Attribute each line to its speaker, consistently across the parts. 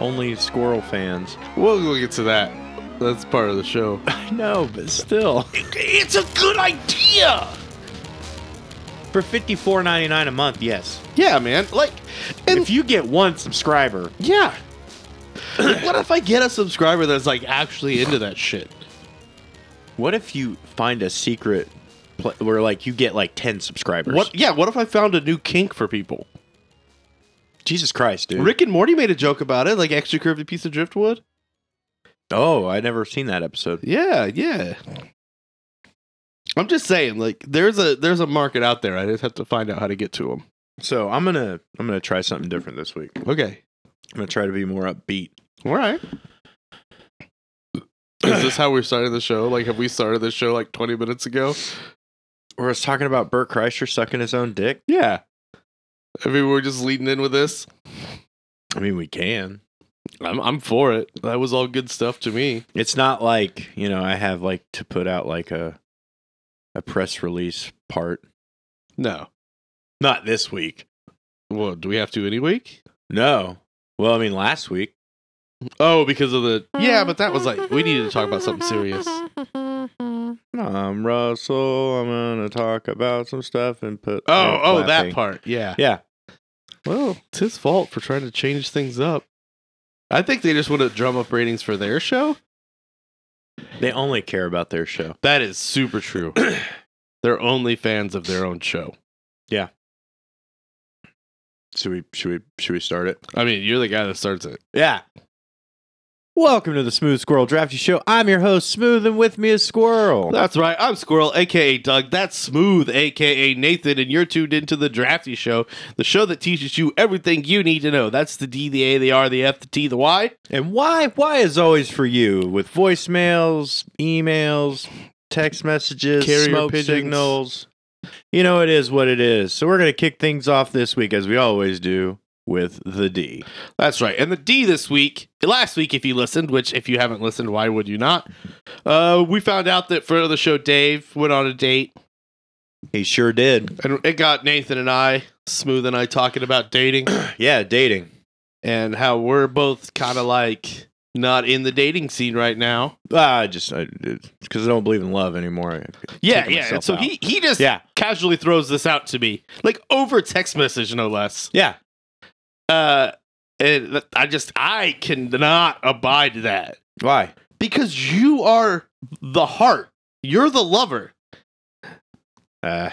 Speaker 1: only squirrel fans.
Speaker 2: We'll, we'll get to that. That's part of the show.
Speaker 1: I know, but still.
Speaker 2: It's a good idea.
Speaker 1: For fifty four ninety nine a month, yes.
Speaker 2: Yeah, man. Like, and
Speaker 1: if you get one subscriber,
Speaker 2: yeah. what if I get a subscriber that's like actually into that shit?
Speaker 1: what if you find a secret pla where like you get like ten subscribers?
Speaker 2: What? Yeah. What if I found a new kink for people?
Speaker 1: Jesus Christ, dude!
Speaker 2: Rick and Morty made a joke about it, like extra curvy piece of driftwood.
Speaker 1: oh, I never seen that episode.
Speaker 2: Yeah, yeah. I'm just saying, like, there's a there's a market out there. I just have to find out how to get to them.
Speaker 1: So I'm gonna I'm gonna try something different this week. I'm
Speaker 2: Okay,
Speaker 1: gonna try to be more upbeat.
Speaker 2: all right. Is this how we started the show? Like, have we started the show like 20 minutes ago?
Speaker 1: Where I was talking about Bert Kreischer sucking his own dick.
Speaker 2: Yeah. I mean, we're just leading in with this.
Speaker 1: I mean, we can.
Speaker 2: I'm I'm for it. That was all good stuff to me.
Speaker 1: It's not like you know I have like to put out like a a press release part.
Speaker 2: No.
Speaker 1: Not this week.
Speaker 2: Well, do we have to any week?
Speaker 1: No. Well, I mean last week.
Speaker 2: Oh, because of the yeah, but that was like we needed to talk about something serious.
Speaker 1: I'm Russell. I'm gonna talk about some stuff and put.
Speaker 2: Oh,
Speaker 1: and
Speaker 2: oh, that
Speaker 1: clapping.
Speaker 2: part. Yeah.
Speaker 1: Yeah.
Speaker 2: Well, it's his fault for trying to change things up. I think they just want to drum up ratings for their show.
Speaker 1: They only care about their show.
Speaker 2: That is super true. They're only fans of their own show.
Speaker 1: Should we? Should we? Should we start it?
Speaker 2: I mean, you're the guy that starts it.
Speaker 1: Yeah. Welcome to the Smooth Squirrel Drafty Show. I'm your host, Smooth, and with me is Squirrel.
Speaker 2: That's right. I'm Squirrel, aka Doug. That's Smooth, aka Nathan, and you're tuned into the Drafty Show, the show that teaches you everything you need to know. That's the D, the A, the R, the F, the T, the Y.
Speaker 1: And why? Why is always for you with voicemails, emails, text messages,
Speaker 2: Carrier
Speaker 1: smoke
Speaker 2: pigeons.
Speaker 1: signals. You know it is what it is. So we're gonna kick things off this week as we always do with the D.
Speaker 2: That's right. And the D this week, last week, if you listened, which if you haven't listened, why would you not? Uh, we found out that for the show, Dave went on a date,
Speaker 1: He sure did.
Speaker 2: and it got Nathan and I, Smooth and I, talking about dating
Speaker 1: Yeah, dating.
Speaker 2: and how we're both kind of like not in the dating scene right now.
Speaker 1: Ah, I just because I, don't believe in love anymore. I-
Speaker 2: Yeah,
Speaker 1: Taking
Speaker 2: yeah. And
Speaker 1: myself
Speaker 2: so
Speaker 1: out.
Speaker 2: he he just
Speaker 1: Yeah,
Speaker 2: casually throws this out to me, like over text message, no less.
Speaker 1: yeah.
Speaker 2: Uh, and th- I just I cannot abide that.
Speaker 1: Why?
Speaker 2: because you are the heart. You're the lover.
Speaker 1: Uh,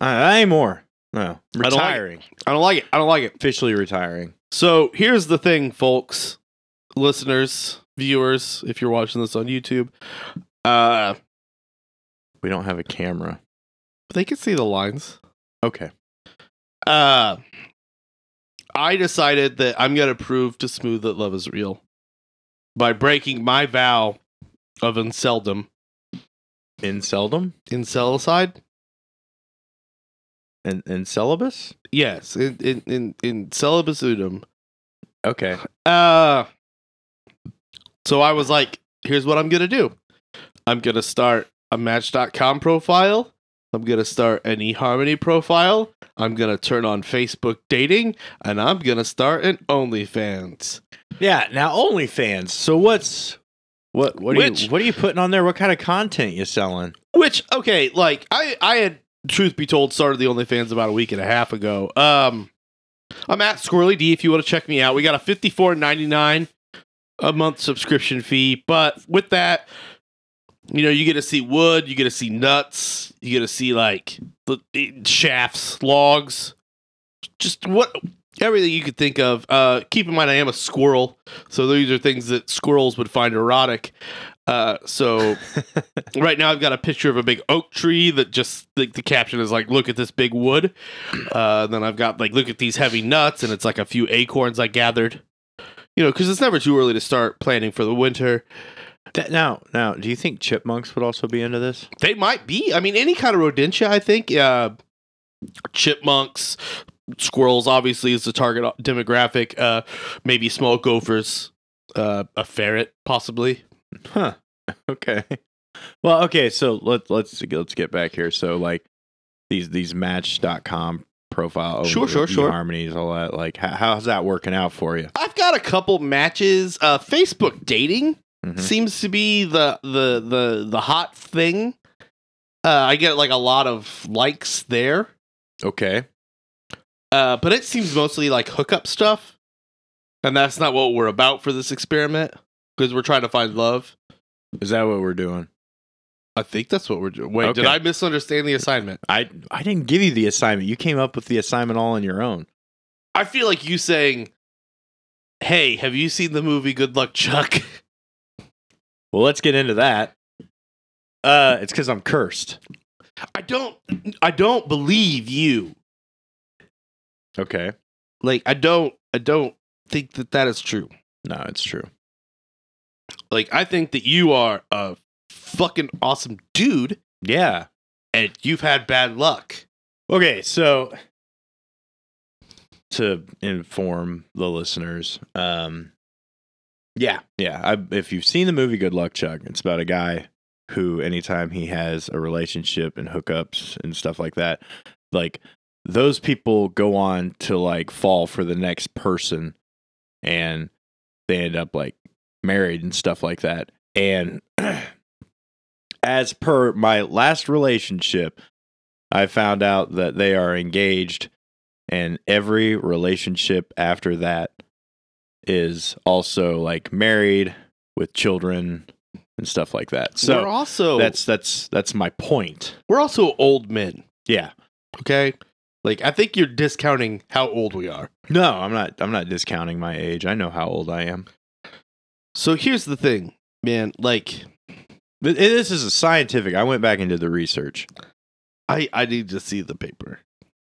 Speaker 1: I, I more. No,
Speaker 2: don't like it.
Speaker 1: retiring.
Speaker 2: I don't like it. I don't like it.
Speaker 1: Officially retiring.
Speaker 2: So here's the thing, folks, listeners, viewers, if you're watching this on YouTube, uh,
Speaker 1: We don't have a camera.
Speaker 2: they can see the lines.
Speaker 1: Okay.
Speaker 2: Uh, I decided that I'm gonna prove to Smooth that love is real by breaking my vow of inceldom.
Speaker 1: In seldom
Speaker 2: Incelicide?
Speaker 1: and in celibus.
Speaker 2: Yes, in in in, in celibacidum.
Speaker 1: Okay.
Speaker 2: Uh so I was like, here's what I'm gonna do. I'm gonna start a match.com profile. I'm gonna start an eHarmony profile. I'm gonna turn on Facebook dating and I'm gonna start an OnlyFans.
Speaker 1: Yeah. Now OnlyFans. So what's what? What are
Speaker 2: Which-
Speaker 1: you? What are you putting on there? What kind of content you selling?
Speaker 2: Which, okay, like I I had truth be told, started the OnlyFans about a week and a half ago. Um I'm at Squirrely D if you want to check me out. We got a fifty four ninety nine a month subscription fee, but with that, you know, you get to see wood, you get to see nuts, you get to see like the eh, shafts, logs, just what everything you could think of. Uh keep in mind I am a squirrel, so these are things that squirrels would find erotic. Uh so right now I've got a picture of a big oak tree that just like the caption is like, look at this big wood. Uh, then I've got like, look at these heavy nuts, and it's like a few acorns I gathered. You know, because it's never too early to start planning for the winter.
Speaker 1: That- now, now, do you think chipmunks would also be into this?
Speaker 2: They might be. I mean, any kind of rodentia, I think. Uh, chipmunks, squirrels, obviously, is the target o- demographic. Uh, maybe small gophers, uh, a ferret, possibly.
Speaker 1: Huh. Okay. Well, okay, so let let's let's get back here. So like these these match.com profile.
Speaker 2: Sure, sure, sure.
Speaker 1: Harmonies, all that. Like, how, how's that working out for you?
Speaker 2: I've got a couple matches. Uh, Facebook dating
Speaker 1: Mhm.
Speaker 2: seems to be the the the the hot thing. Uh, I get like a lot of likes there,
Speaker 1: Okay.
Speaker 2: uh, but it seems mostly like hookup stuff, and that's not what we're about for this experiment because we're trying to find love.
Speaker 1: Is that what we're doing?
Speaker 2: I think that's what we're doing. Wait, did
Speaker 1: Okay.
Speaker 2: I misunderstand the assignment?
Speaker 1: I I didn't give you the assignment. You came up with the assignment all on your own.
Speaker 2: I feel like you saying, "Hey, have you seen the movie Good Luck Chuck?"
Speaker 1: Well, let's get into that. Uh, it's because I'm cursed.
Speaker 2: I don't. I don't believe you.
Speaker 1: Okay.
Speaker 2: Like I don't. I don't think that that is true.
Speaker 1: No, it's true.
Speaker 2: Like I think that you are a fucking awesome dude,
Speaker 1: Yeah.
Speaker 2: and you've had bad luck.
Speaker 1: Okay, so to inform the listeners, um yeah, yeah. I, if you've seen the movie Good Luck Chuck, it's about a guy who, anytime he has a relationship and hookups and stuff like that, like those people go on to like fall for the next person, and they end up like married and stuff like that. And as per my last relationship, I found out that they are engaged, and every relationship after that is also like married with children and stuff like that.
Speaker 2: we're
Speaker 1: So
Speaker 2: also
Speaker 1: that's that's that's my point.
Speaker 2: we're also old men.
Speaker 1: Yeah.
Speaker 2: Okay, like I think you're discounting how old we are.
Speaker 1: No, I'm not I'm not discounting my age. I know how old I am.
Speaker 2: So here's the thing, man. Like
Speaker 1: But it- this is a scientific. I went back and did the research.
Speaker 2: I I need to see the paper.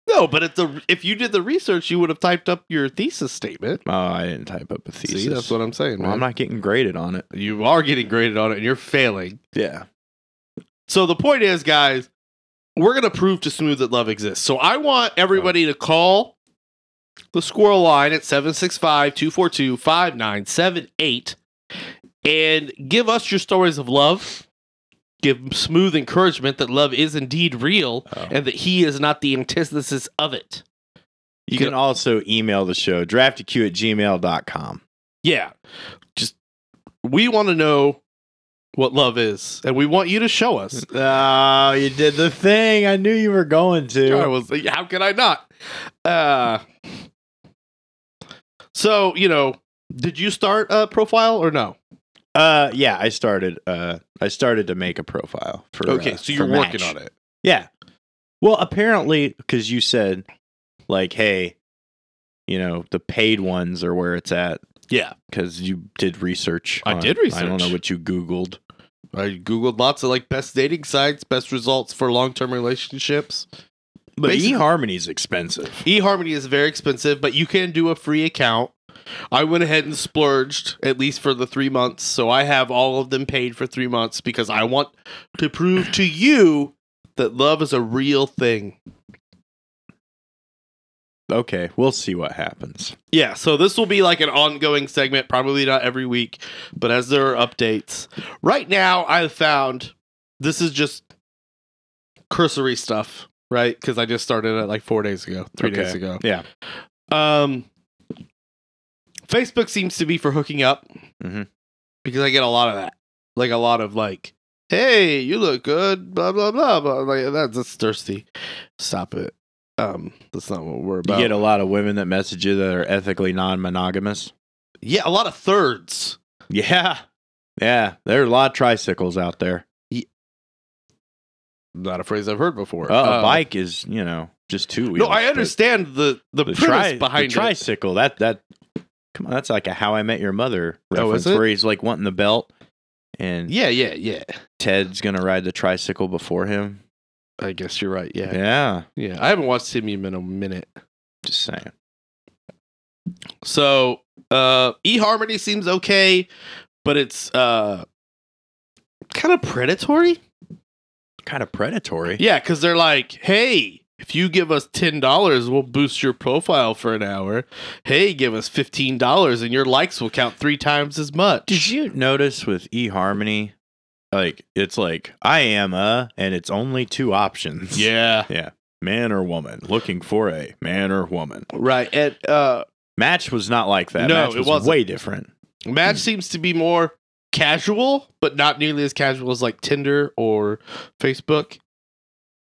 Speaker 2: No, but it's a, if you did the research, you would have typed up your thesis statement.
Speaker 1: Oh, I didn't type up a thesis.
Speaker 2: See, that's what I'm saying.
Speaker 1: well, I'm
Speaker 2: man.
Speaker 1: not getting graded on it.
Speaker 2: You are getting graded on it, and you're failing.
Speaker 1: Yeah.
Speaker 2: So the point is, guys, we're gonna prove to Smooth that love exists. So I want everybody to call the squirrel line at 765-242-5978 and give us your stories of love. Give Smooth encouragement that love is indeed real
Speaker 1: Oh.
Speaker 2: and that he is not the antithesis of it.
Speaker 1: You can also email the show draftyq at gmail.com.
Speaker 2: Yeah. Just we want to know what love is, and we want you to show us.
Speaker 1: Oh, you did the thing. I knew you were going
Speaker 2: I
Speaker 1: to.
Speaker 2: was like, how could I not? Uh, so you know, did you start a profile or no?
Speaker 1: Uh, yeah, I started. Uh, I started to make a profile for.
Speaker 2: Okay,
Speaker 1: uh,
Speaker 2: so you're
Speaker 1: for
Speaker 2: working
Speaker 1: Match.
Speaker 2: on it.
Speaker 1: Yeah. Well, apparently, because you said, like, hey, you know, the paid ones are where it's at
Speaker 2: Yeah,
Speaker 1: because you did research.
Speaker 2: I
Speaker 1: on-
Speaker 2: did
Speaker 1: I don't know
Speaker 2: research.
Speaker 1: what you googled.
Speaker 2: I googled lots of like best dating sites, best results for long term relationships.
Speaker 1: But
Speaker 2: Basically-
Speaker 1: eHarmony's expensive.
Speaker 2: eHarmony is very expensive, but you can do a free account. I went ahead and splurged at least for the three months, so I have all of them paid for three months because I want to prove to you that love is a real thing.
Speaker 1: Okay, we'll see what happens.
Speaker 2: Yeah, so this will be like an ongoing segment, probably not every week, but as there are updates. Right now, I found this is just cursory stuff, right? Because I just started it like four days ago, three days
Speaker 1: Okay.
Speaker 2: ago.
Speaker 1: Yeah.
Speaker 2: Um, Facebook seems to be for hooking up
Speaker 1: Mhm.
Speaker 2: because I get a lot of that, like a lot of like, "Hey, you look good," blah blah blah. blah. Like that's, that's thirsty. Stop it. Um, that's not what we're
Speaker 1: You
Speaker 2: about.
Speaker 1: get a lot of women that message you that are ethically non-monogamous.
Speaker 2: yeah, a lot of thirds.
Speaker 1: Yeah, yeah. There are a lot of tricycles out there.
Speaker 2: Not a phrase I've heard before.
Speaker 1: Uh,
Speaker 2: Uh,
Speaker 1: a bike is, you know, just two wheels.
Speaker 2: No, I
Speaker 1: but
Speaker 2: understand the the,
Speaker 1: The,
Speaker 2: premise
Speaker 1: tri-
Speaker 2: behind
Speaker 1: the
Speaker 2: it.
Speaker 1: tricycle. That that. Come on, that's like a How I Met Your Mother
Speaker 2: Oh,
Speaker 1: reference
Speaker 2: is it?
Speaker 1: where he's like wanting the belt, and
Speaker 2: Yeah, yeah, yeah.
Speaker 1: Ted's gonna ride the tricycle before him.
Speaker 2: I guess you're right. Yeah, yeah.
Speaker 1: Yeah,
Speaker 2: I haven't watched Timmy in a minute.
Speaker 1: just saying.
Speaker 2: So uh eHarmony seems okay, but it's uh kind of predatory.
Speaker 1: Kind of predatory.
Speaker 2: Yeah, because they're like, hey, if you give us ten dollars, we'll boost your profile for an hour. Hey, give us fifteen dollars and your likes will count three times as much.
Speaker 1: Did you notice with eHarmony, like it's like I am a, and it's only two options.
Speaker 2: Yeah.
Speaker 1: Yeah. man or woman, looking for a man or woman.
Speaker 2: Right. And uh,
Speaker 1: Match was not like that.
Speaker 2: No,
Speaker 1: Match
Speaker 2: it
Speaker 1: was
Speaker 2: wasn't.
Speaker 1: way different.
Speaker 2: Match seems to be more casual, but not nearly as casual as like Tinder or Facebook.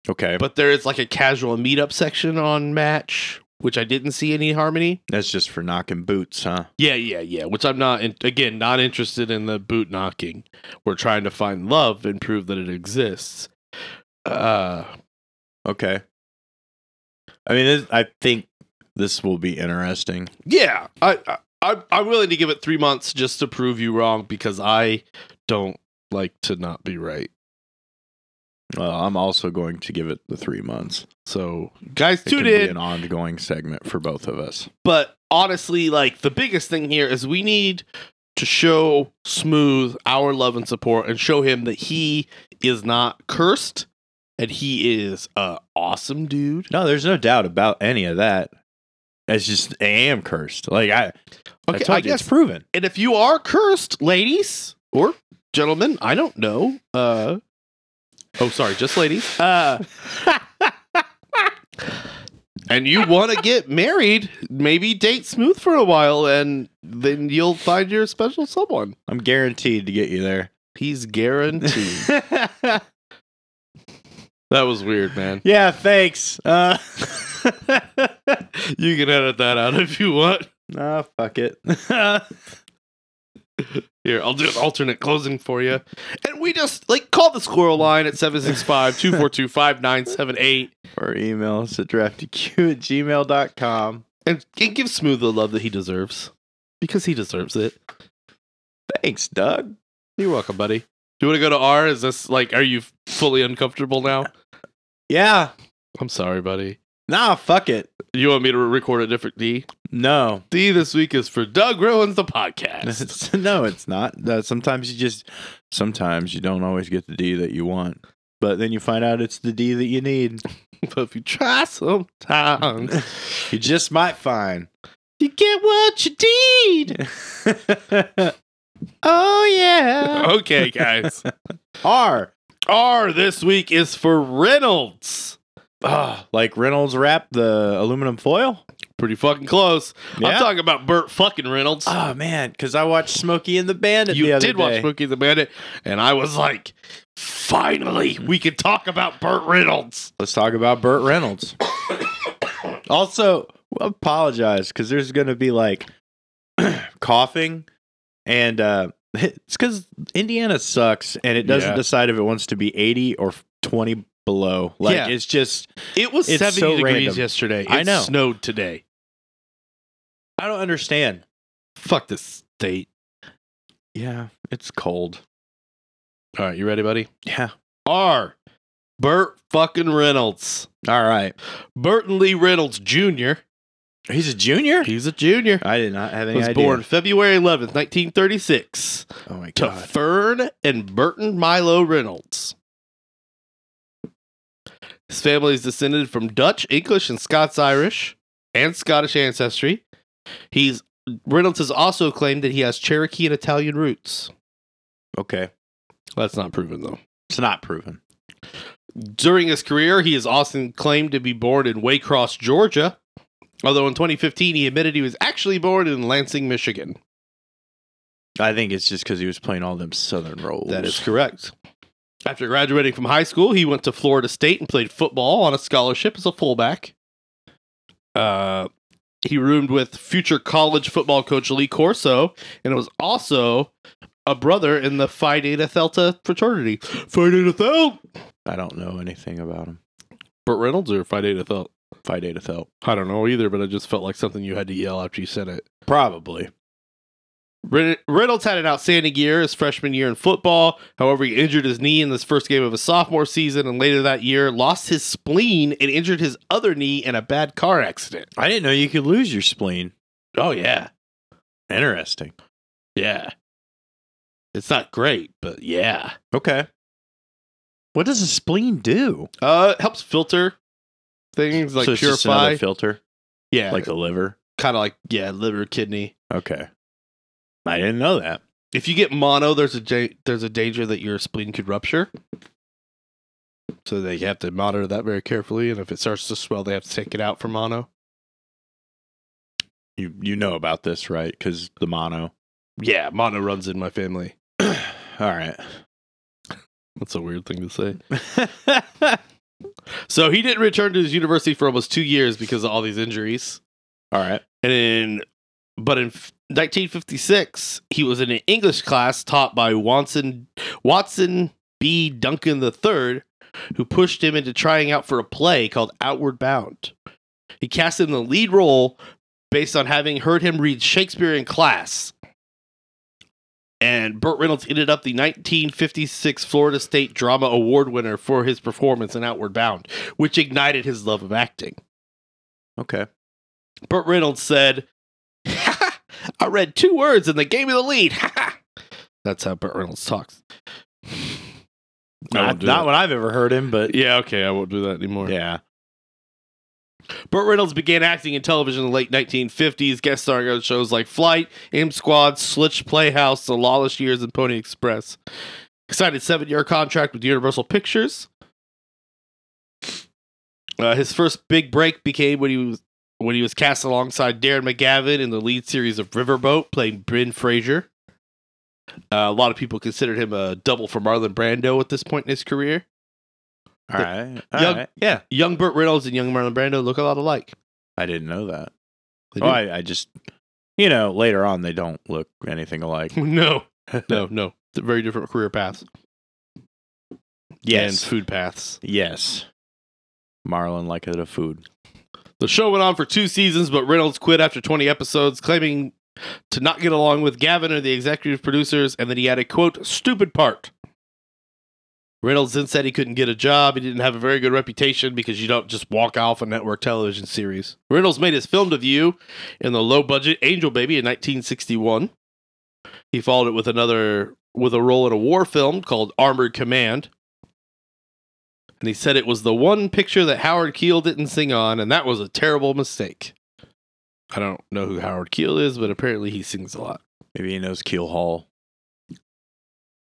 Speaker 1: Okay,
Speaker 2: But there is like a casual meetup section on Match, which I didn't see any harmony.
Speaker 1: that's just for knocking boots, huh?
Speaker 2: Yeah, yeah, yeah. Which I'm not, in, again, not interested in the boot knocking. We're trying to find love and prove that it exists. Uh,
Speaker 1: Okay. I mean, this, I think this will be interesting.
Speaker 2: yeah, I, I, I, I'm willing to give it three months just to prove you wrong because I don't like to not be right.
Speaker 1: Well, I'm also going to give it the three months.
Speaker 2: So, guys,
Speaker 1: It
Speaker 2: tune
Speaker 1: can be
Speaker 2: in.
Speaker 1: an ongoing segment for both of us.
Speaker 2: But honestly, like the biggest thing here is we need to show Smooth our love and support and show him that he is not cursed and he is a awesome dude.
Speaker 1: No, there's no doubt about any of that. It's just I am cursed. Like I, I
Speaker 2: Okay,
Speaker 1: told
Speaker 2: I
Speaker 1: you, it's
Speaker 2: guess.
Speaker 1: proven.
Speaker 2: And if you are cursed, ladies or gentlemen, I don't know. Uh Oh, sorry, just ladies. Uh And you want to get married, maybe date Smooth for a while and then you'll find your special someone.
Speaker 1: I'm guaranteed to get you there.
Speaker 2: He's guaranteed. That was weird, man.
Speaker 1: yeah, thanks. Uh,
Speaker 2: You can edit that out if you want.
Speaker 1: nah, fuck it.
Speaker 2: Here, I'll do an alternate closing for you. And we just like call the squirrel line at 765 242 5978
Speaker 1: or email us at draftyq at gmail.com.
Speaker 2: and give Smooth the love that he deserves because he deserves it.
Speaker 1: Thanks, Doug.
Speaker 2: You're welcome, buddy. Do you want to go to R? Is this like, are you fully uncomfortable now?
Speaker 1: Yeah.
Speaker 2: I'm sorry, buddy.
Speaker 1: Nah, fuck it.
Speaker 2: You want me to record a different D?
Speaker 1: No.
Speaker 2: D this week is for Doug Ruins the Podcast.
Speaker 1: It's- no, it's not. Uh, sometimes you just, sometimes you don't always get the D that you want, but then you find out it's the D that you need.
Speaker 2: but if you try sometimes,
Speaker 1: You just might find.
Speaker 2: you get what you need.
Speaker 1: oh yeah.
Speaker 2: okay, guys.
Speaker 1: R
Speaker 2: R this week is for Reynolds.
Speaker 1: Ah, like Reynolds wrap the aluminum foil.
Speaker 2: Pretty fucking close. I'm
Speaker 1: Yeah.
Speaker 2: talking about Burt fucking Reynolds.
Speaker 1: Oh man, because I watched Smokey and the Bandit.
Speaker 2: you
Speaker 1: the other
Speaker 2: did watch
Speaker 1: day.
Speaker 2: Smokey the Bandit, and I was like, finally, we can talk about Burt Reynolds.
Speaker 1: Let's talk about Burt Reynolds. also, apologize because there's going to be like coughing, and uh, it's because Indiana sucks, and it doesn't
Speaker 2: Yeah.
Speaker 1: decide if it wants to be 80 or 20 below. Like
Speaker 2: Yeah.
Speaker 1: it's just
Speaker 2: It was
Speaker 1: It's
Speaker 2: 70
Speaker 1: so
Speaker 2: degrees
Speaker 1: random.
Speaker 2: yesterday. It
Speaker 1: I know.
Speaker 2: snowed today.
Speaker 1: I don't understand.
Speaker 2: Fuck this state.
Speaker 1: Yeah, it's cold.
Speaker 2: All right, you ready, buddy?
Speaker 1: Yeah.
Speaker 2: R. Burt fucking Reynolds.
Speaker 1: All right.
Speaker 2: Burton Lee Reynolds Jr.
Speaker 1: He's a junior.
Speaker 2: He's a junior.
Speaker 1: I did not have any
Speaker 2: was
Speaker 1: idea.
Speaker 2: born February 11th, 1936.
Speaker 1: Oh my
Speaker 2: to
Speaker 1: god.
Speaker 2: Fern and Burton Milo Reynolds. His family is descended from Dutch, English, and Scots Irish and Scottish ancestry. He's Reynolds has also claimed that he has Cherokee and Italian roots.
Speaker 1: Okay.
Speaker 2: That's not proven though.
Speaker 1: It's not proven.
Speaker 2: During his career, he has often claimed to be born in Waycross, Georgia. Although in 2015 he admitted he was actually born in Lansing, Michigan.
Speaker 1: I think it's just because he was playing all them southern roles.
Speaker 2: That is correct. After graduating from high school, he went to Florida State and played football on a scholarship as a fullback. Uh, he roomed with future college football coach Lee Corso, and was also a brother in the Phi Data Delta fraternity. Phi Data Thel.
Speaker 1: I don't know anything about him.
Speaker 2: Burt Reynolds or Phi Data Thel?
Speaker 1: Phi Data Thel.
Speaker 2: I don't know either, but I just felt like something you had to yell after you said it.
Speaker 1: Probably.
Speaker 2: Ren- Reynolds had an outstanding year his freshman year in football. However, he injured his knee in his first game of his sophomore season, and later that year lost his spleen and injured his other knee in a bad car accident.
Speaker 1: I didn't know you could lose your spleen.
Speaker 2: Oh yeah,
Speaker 1: Interesting.
Speaker 2: yeah. It's not great, but yeah.
Speaker 1: Okay. What does a spleen do?
Speaker 2: Uh, it helps filter things like
Speaker 1: So it's just another
Speaker 2: purify.
Speaker 1: filter,
Speaker 2: yeah,
Speaker 1: like
Speaker 2: like
Speaker 1: the liver.
Speaker 2: kind of like yeah, liver, kidney.
Speaker 1: Okay. I didn't know that.
Speaker 2: If you get mono, there's a da- there's a danger that your spleen could rupture. So they have to monitor that very carefully, and if it starts to swell, they have to take it out for mono.
Speaker 1: You you know about this, right? Because the mono.
Speaker 2: Yeah, mono runs in my family.
Speaker 1: All right.
Speaker 2: That's a weird thing to say. so he didn't return to his university for almost two years because of all these injuries.
Speaker 1: All right.
Speaker 2: And in, but in f- 1956, he was in an English class taught by Watson Watson B. Duncan III, who pushed him into trying out for a play called Outward Bound. He cast him in the lead role based on having heard him read Shakespeare in class. And Burt Reynolds ended up the 1956 Florida State Drama Award winner for his performance in Outward Bound, which ignited his love of acting.
Speaker 1: Okay.
Speaker 2: Burt Reynolds said, I read two words and they gave me the lead. That's how Burt Reynolds talks.
Speaker 1: Not, not what I've ever heard him, but
Speaker 2: yeah, okay, I won't do that anymore.
Speaker 1: yeah.
Speaker 2: Burt Reynolds began acting in television in the late 1950s, guest starring on shows like Flight, M Squad, Slitch Playhouse, The Lawless Years, and Pony Express. He signed a seven year contract with Universal Pictures. Uh, his first big break became when he was when he was cast alongside Darren McGavin in the lead series of Riverboat, playing Ben Fraser. Uh, a lot of people considered him a double for Marlon Brando at this point in his career.
Speaker 1: All
Speaker 2: The-
Speaker 1: right. All
Speaker 2: Young-
Speaker 1: right. Yeah.
Speaker 2: Young Burt Reynolds and young Marlon Brando look a lot alike.
Speaker 1: I didn't know that.
Speaker 2: They
Speaker 1: Oh,
Speaker 2: do.
Speaker 1: I, I just, you know, later on they don't look anything alike.
Speaker 2: no, no, no. It's very different career paths and
Speaker 1: yes.
Speaker 2: food paths.
Speaker 1: yes. Marlon like it a food.
Speaker 2: The show went on for two seasons, but Reynolds quit after 20 episodes, claiming to not get along with Gavin or the executive producers, and that he had a quote, stupid part. Reynolds then said he couldn't get a job. He didn't have a very good reputation because you don't just walk off a network television series. Reynolds made his film debut in the low budget Angel Baby in 1961. He followed it with another with a role in a war film called Armored Command. And he said it was the one picture that Howard Keel didn't sing on, and that was a terrible mistake. I don't know who Howard Keel is, but apparently he sings a lot.
Speaker 1: Maybe he knows Keel Hall.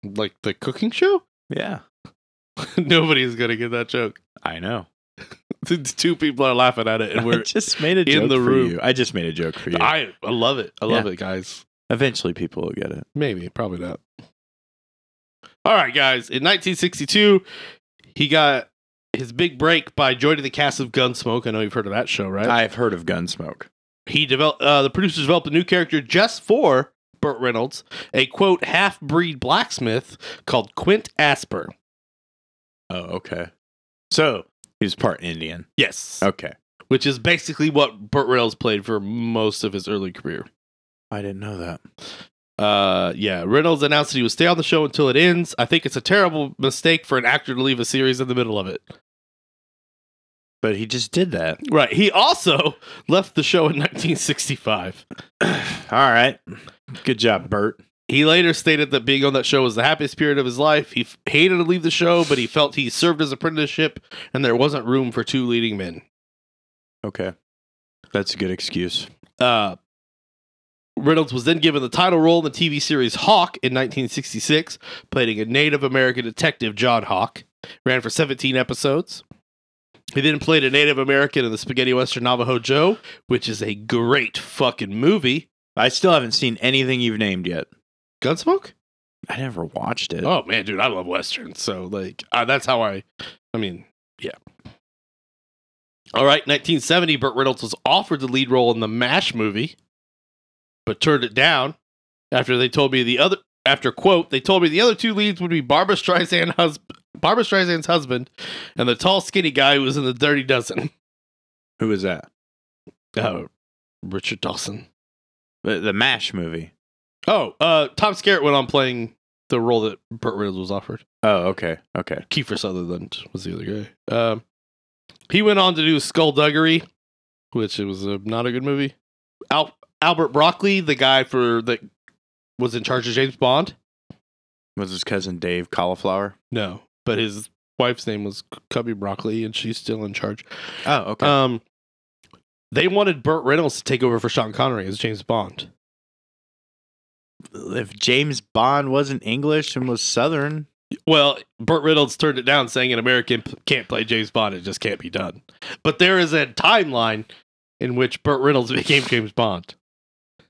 Speaker 2: Like the cooking show?
Speaker 1: Yeah.
Speaker 2: Nobody's gonna get that joke.
Speaker 1: I know.
Speaker 2: The Two people are laughing at it, and
Speaker 1: I
Speaker 2: we're
Speaker 1: just made a joke
Speaker 2: the
Speaker 1: for
Speaker 2: room.
Speaker 1: you. I just made a joke for you.
Speaker 2: I, I love it. I love it, guys.
Speaker 1: Eventually people will get it.
Speaker 2: Maybe, probably not. All right, guys. In 1962, he got his big break by joining the cast of Gunsmoke. I know you've heard of that show, right?
Speaker 1: I've heard of Gunsmoke.
Speaker 2: he developed uh, the producers developed a new character just for Burt Reynolds, a quote half breed blacksmith called Quint Asper.
Speaker 1: Oh, okay. So he was part Indian.
Speaker 2: Yes,
Speaker 1: Okay.
Speaker 2: which is basically what Burt Reynolds played for most of his early career.
Speaker 1: I didn't know that.
Speaker 2: Uh, yeah. Reynolds announced that he would stay on the show until it ends. I think it's a terrible mistake for an actor to leave a series in the middle of it.
Speaker 1: But he just did that.
Speaker 2: Right. He also left the show in 1965.
Speaker 1: All right. Good job, Bert.
Speaker 2: He later stated that being on that show was the happiest period of his life. He f- hated to leave the show, but he felt he served his apprenticeship and there wasn't room for two leading men.
Speaker 1: Okay. That's a good excuse.
Speaker 2: Uh, Reynolds was then given the title role in the TV series Hawk in 1966, playing a Native American detective, John Hawk. Ran for 17 episodes. He then played a Native American in the Spaghetti Western Navajo Joe, which is a great fucking movie.
Speaker 1: I still haven't seen anything you've named yet.
Speaker 2: Gunsmoke?
Speaker 1: I never watched it.
Speaker 2: Oh man, dude, I love westerns. So like, uh, that's how I. I mean, yeah. All right, 1970, Burt Reynolds was offered the lead role in the Mash movie, but turned it down after they told me the other. After quote, they told me the other two leads would be Barbara Streisand hus- Barbara Streisand's husband, and the tall, skinny guy who was in the Dirty Dozen,
Speaker 1: Who was that?
Speaker 2: uh, Richard Dawson.
Speaker 1: The, the MASH movie.
Speaker 2: Oh, uh, Tom Skerritt went on playing the role that Burt Reynolds was offered.
Speaker 1: Oh, okay. Okay.
Speaker 2: Kiefer Sutherland was the other guy. Um, he went on to do Skullduggery, which it was a, not a good movie. Al- Albert Broccoli, the guy for that was in charge of James Bond.
Speaker 1: Was his cousin Dave Cauliflower?
Speaker 2: No, but his wife's name was Cubby Broccoli, and she's still in charge.
Speaker 1: Oh, okay.
Speaker 2: Um, they wanted Burt Reynolds to take over for Sean Connery as James Bond.
Speaker 1: if James Bond wasn't English and was Southern,
Speaker 2: Well, Burt Reynolds turned it down, saying an American p- can't play James Bond. It just can't be done. But there is a timeline in which Burt Reynolds became James Bond.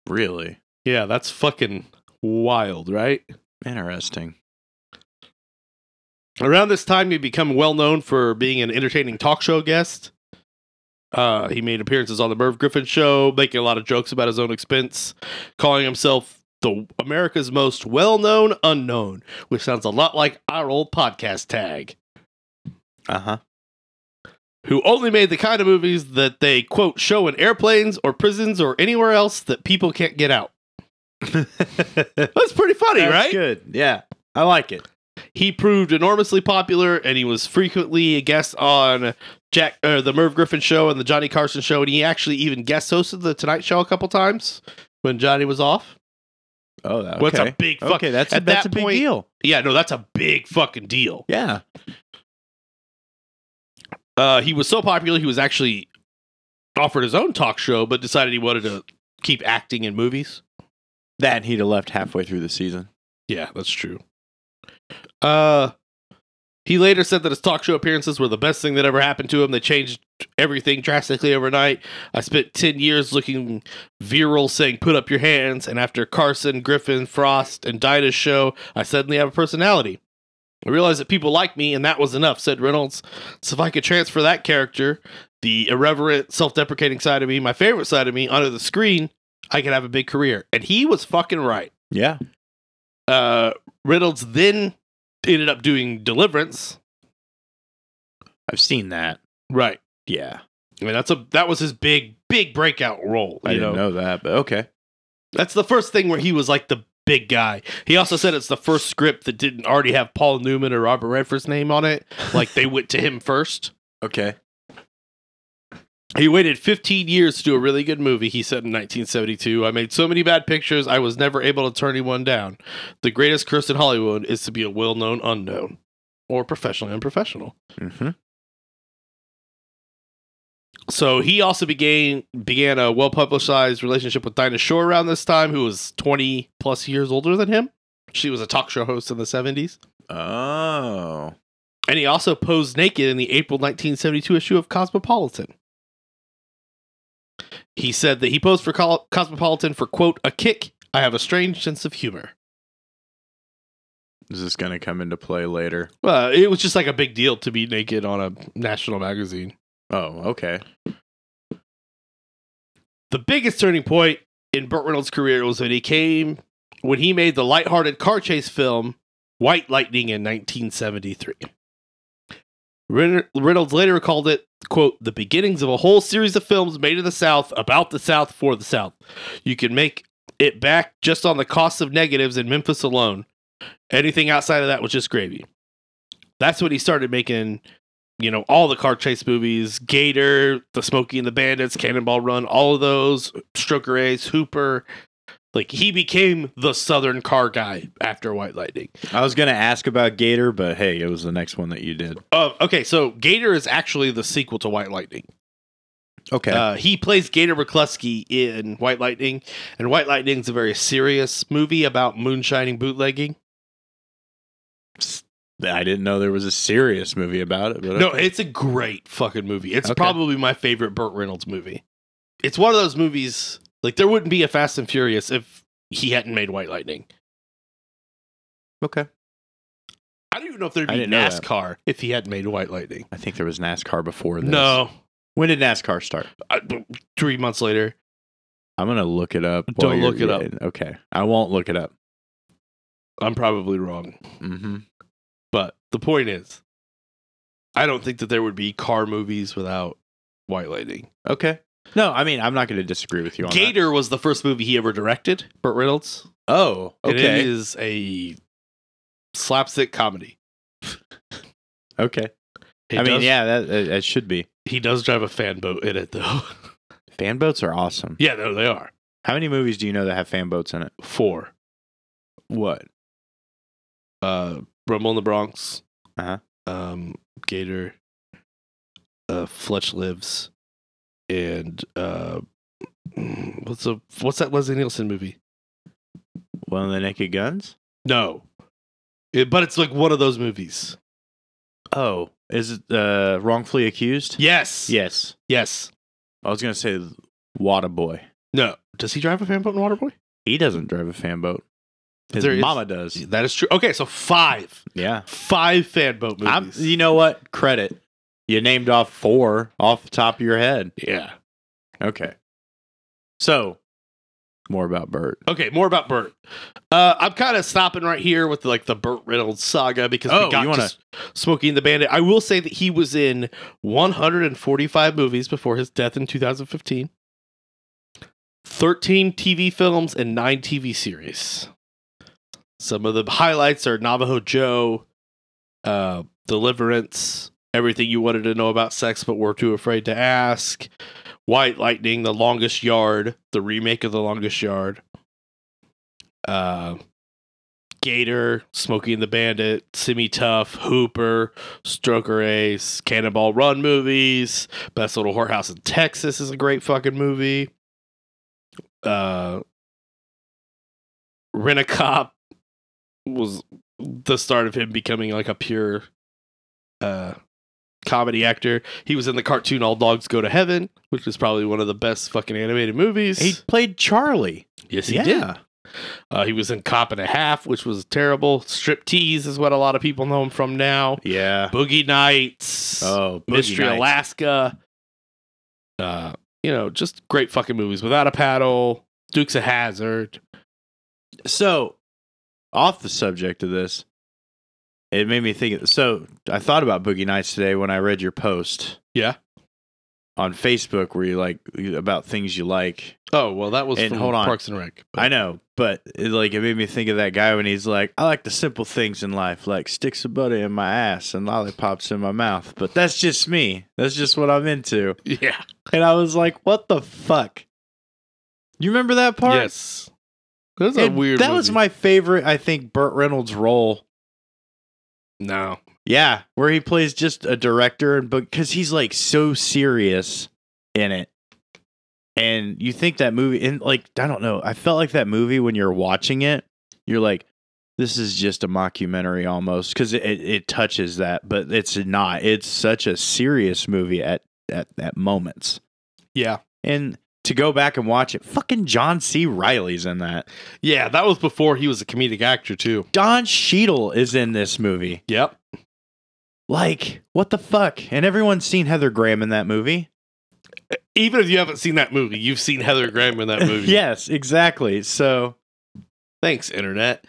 Speaker 1: Really
Speaker 2: Yeah, that's fucking wild, right?
Speaker 1: interesting.
Speaker 2: Around this time, he became well known for being an entertaining talk show guest. Uh, he made appearances on the Merv Griffin Show, making a lot of jokes about his own expense, calling himself the America's most well-known unknown, which sounds a lot like our old podcast tag.
Speaker 1: Uh huh.
Speaker 2: who only made the kind of movies that they quote show in airplanes or prisons or anywhere else that people can't get out. That's pretty funny, right?
Speaker 1: Good. Yeah, I like it.
Speaker 2: He proved enormously popular, and he was frequently a guest on Jack, uh, the Merv Griffin Show and the Johnny Carson Show, and he actually even guest hosted the Tonight Show a couple times when Johnny was off.
Speaker 1: Oh, okay.
Speaker 2: What's a big fuck?
Speaker 1: okay? That's a,
Speaker 2: at
Speaker 1: that's
Speaker 2: that
Speaker 1: a big
Speaker 2: point-
Speaker 1: deal.
Speaker 2: Yeah, no, that's a big fucking deal.
Speaker 1: Yeah.
Speaker 2: Uh, he was so popular, he was actually offered his own talk show, but decided he wanted to keep acting in movies.
Speaker 1: That he'd have left halfway through the season.
Speaker 2: Yeah, that's true. Uh he later said that his talk show appearances were the best thing that ever happened to him. They changed everything drastically overnight. I spent 10 years looking virile saying put up your hands and after Carson, Griffin, Frost and Dinah's show, I suddenly have a personality. I realized that people like me and that was enough, said Reynolds. So if I could transfer that character, the irreverent, self-deprecating side of me, my favorite side of me onto the screen, I could have a big career. And he was fucking right
Speaker 1: Yeah.
Speaker 2: uh, Reynolds then ended up doing Deliverance.
Speaker 1: I've seen that.
Speaker 2: Right.
Speaker 1: Yeah.
Speaker 2: I mean, that's a that was his big big breakout role.
Speaker 1: I
Speaker 2: you
Speaker 1: didn't
Speaker 2: know?
Speaker 1: know that, but okay.
Speaker 2: that's the first thing where he was like the big guy. He also said it's the first script that didn't already have Paul Newman or Robert Redford's name on it. Like they went to him first.
Speaker 1: Okay.
Speaker 2: He waited 15 years to do a really good movie, he said in 1972. I made so many bad pictures, I was never able to turn anyone down. The greatest curse in Hollywood is to be a well known unknown or professionally unprofessional.
Speaker 1: Mm-hmm.
Speaker 2: So he also began began a well publicized relationship with Dinah Shore around this time, who was twenty plus years older than him. She was a talk show host in the seventies,
Speaker 1: Oh.
Speaker 2: and he also posed naked in the April nineteen seventy two issue of Cosmopolitan. He said that he posed for Col- Cosmopolitan for quote a kick. I have a strange sense of humor.
Speaker 1: Is this going to come into play later?
Speaker 2: Well, it was just like a big deal to be naked on a national magazine.
Speaker 1: Oh, okay.
Speaker 2: The biggest turning point in Burt Reynolds' career was when he came when he made the lighthearted car chase film White Lightning in 1973. Ren- Reynolds later called it, quote, the beginnings of a whole series of films made in the South about the South for the South. You can make it back just on the cost of negatives in Memphis alone. Anything outside of that was just gravy. That's when he started making you know, all the car chase movies, Gator, The Smokey and the Bandits, Cannonball Run, all of those, Stroker Ace, Hooper. Like he became the Southern car guy after White Lightning.
Speaker 1: I was going to ask about Gator, but hey, it was the next one that you did.
Speaker 2: Uh, okay, so Gator is actually the sequel to White Lightning.
Speaker 1: Okay.
Speaker 2: Uh, he plays Gator McCluskey in White Lightning, and White Lightning's a very serious movie about moonshining bootlegging.
Speaker 1: I didn't know there was a serious movie about it, but
Speaker 2: No, it's a great fucking movie. It's
Speaker 1: Okay.
Speaker 2: probably my favorite Burt Reynolds movie. It's one of those movies like there wouldn't be a Fast and Furious if he hadn't made White Lightning.
Speaker 1: okay.
Speaker 2: I don't even know if there'd
Speaker 1: I
Speaker 2: be
Speaker 1: didn't know that.
Speaker 2: NASCAR if he hadn't made White Lightning.
Speaker 1: I think there was NASCAR before this.
Speaker 2: No,
Speaker 1: When did NASCAR start?
Speaker 2: I, three months later.
Speaker 1: I'm going to look it up.
Speaker 2: Don't
Speaker 1: while you're-
Speaker 2: look it up.
Speaker 1: yeah, Okay. I won't look it up.
Speaker 2: I'm probably wrong,
Speaker 1: Mm-hmm.
Speaker 2: but the point is, I don't think that there would be car movies without White Lightning.
Speaker 1: Okay. No, I mean, I'm not going to disagree with you on that.
Speaker 2: Gator was the first movie he ever directed, Burt Reynolds.
Speaker 1: Oh,
Speaker 2: And it
Speaker 1: okay.
Speaker 2: is a slapstick comedy.
Speaker 1: Okay.
Speaker 2: He
Speaker 1: I mean,
Speaker 2: does-
Speaker 1: yeah, that, that, that should be.
Speaker 2: he does drive a fan boat in it though.
Speaker 1: Fan boats are awesome.
Speaker 2: yeah, no, they are
Speaker 1: How many movies do you know that have fan boats in it?
Speaker 2: four.
Speaker 1: What?
Speaker 2: Uh, Rumble in the Bronx.
Speaker 1: Uh-huh.
Speaker 2: Um, Gator. Uh, Fletch lives, and uh, mm, what's a what's that Leslie Nielsen movie?
Speaker 1: One of the Naked Guns?
Speaker 2: No, It- but it's like one of those movies.
Speaker 1: Oh, is it uh, wrongfully accused?
Speaker 2: Yes.
Speaker 1: Yes.
Speaker 2: Yes.
Speaker 1: I was gonna say Waterboy.
Speaker 2: No. Does he drive a fan boat in Waterboy?
Speaker 1: He doesn't drive a fanboat. His
Speaker 2: There is-
Speaker 1: mama does.
Speaker 2: That is true. Okay, so five.
Speaker 1: Yeah.
Speaker 2: Five fan boat
Speaker 1: I'm,
Speaker 2: movies.
Speaker 1: you know what? Credit. You named off four off the top of your head.
Speaker 2: yeah.
Speaker 1: Okay. So, more about Bert.
Speaker 2: Okay, more about Burt. Uh, I'm kind of stopping right here with like the Burt Reynolds saga because
Speaker 1: Oh,
Speaker 2: we got
Speaker 1: you wanna-
Speaker 2: to S- Smokey and the Bandit. I will say that he was in 145 movies before his death in 2015, 13 TV films, and nine TV series. Some of the highlights are Navajo Joe, uh, Deliverance, everything you wanted to know about sex but were too afraid to ask, White Lightning, The Longest Yard, the remake of The Longest Yard, uh, Gator, Smokey and the Bandit, Simi Tough, Hooper, Stroker Ace, Cannonball Run movies, Best Little Whorehouse in Texas is a great fucking movie. Uh, Rent a Cop was the start of him becoming like a pure uh, comedy actor. He was in the cartoon All Dogs Go to Heaven, which was probably one of the best fucking animated movies.
Speaker 1: He played Charlie.
Speaker 2: yes, he did. Uh, he was in Cop and a Half, which was terrible. Striptease is what a lot of people know him from now.
Speaker 1: Yeah.
Speaker 2: Boogie Uh, Nights,
Speaker 1: Oh,
Speaker 2: Mystery
Speaker 1: Boogie Nights.
Speaker 2: Alaska. Uh, you know, just great fucking movies. Without a Paddle, Dukes of Hazard.
Speaker 1: So, off the subject of this, it made me think. So, I thought about Boogie Nights today when I read your post.
Speaker 2: Yeah.
Speaker 1: On Facebook, where you like about things you like.
Speaker 2: Oh well, that was
Speaker 1: And
Speaker 2: from
Speaker 1: hold on.
Speaker 2: Parks and Rec.
Speaker 1: I know, but it, like it made me think of that guy when he's like, "I like the simple things in life, like sticks of butter in my ass and lollipops in my mouth." But that's just me. That's just what I'm into.
Speaker 2: yeah.
Speaker 1: And I was like, "What the fuck?" You remember that part?
Speaker 2: Yes. That was a
Speaker 1: And
Speaker 2: weird.
Speaker 1: That was
Speaker 2: movie.
Speaker 1: my favorite. I think Burt Reynolds' role
Speaker 2: no.
Speaker 1: Yeah, where he plays just a director and but because he's like so serious in it, and you think that movie and like I don't know, I felt like that movie when you're watching it, you're like, this is just a mockumentary almost because it, it it touches that, but it's not. It's such a serious movie at at at moments,
Speaker 2: Yeah.
Speaker 1: and to go back and watch it, fucking John C. Riley's in that.
Speaker 2: Yeah, that was before he was a comedic actor too.
Speaker 1: Don Cheadle is in this movie.
Speaker 2: Yep.
Speaker 1: Like, what the fuck? And everyone's seen Heather Graham in that movie.
Speaker 2: Even if you haven't seen that movie, you've seen Heather Graham in that movie.
Speaker 1: yes, exactly. So
Speaker 2: Thanks, internet.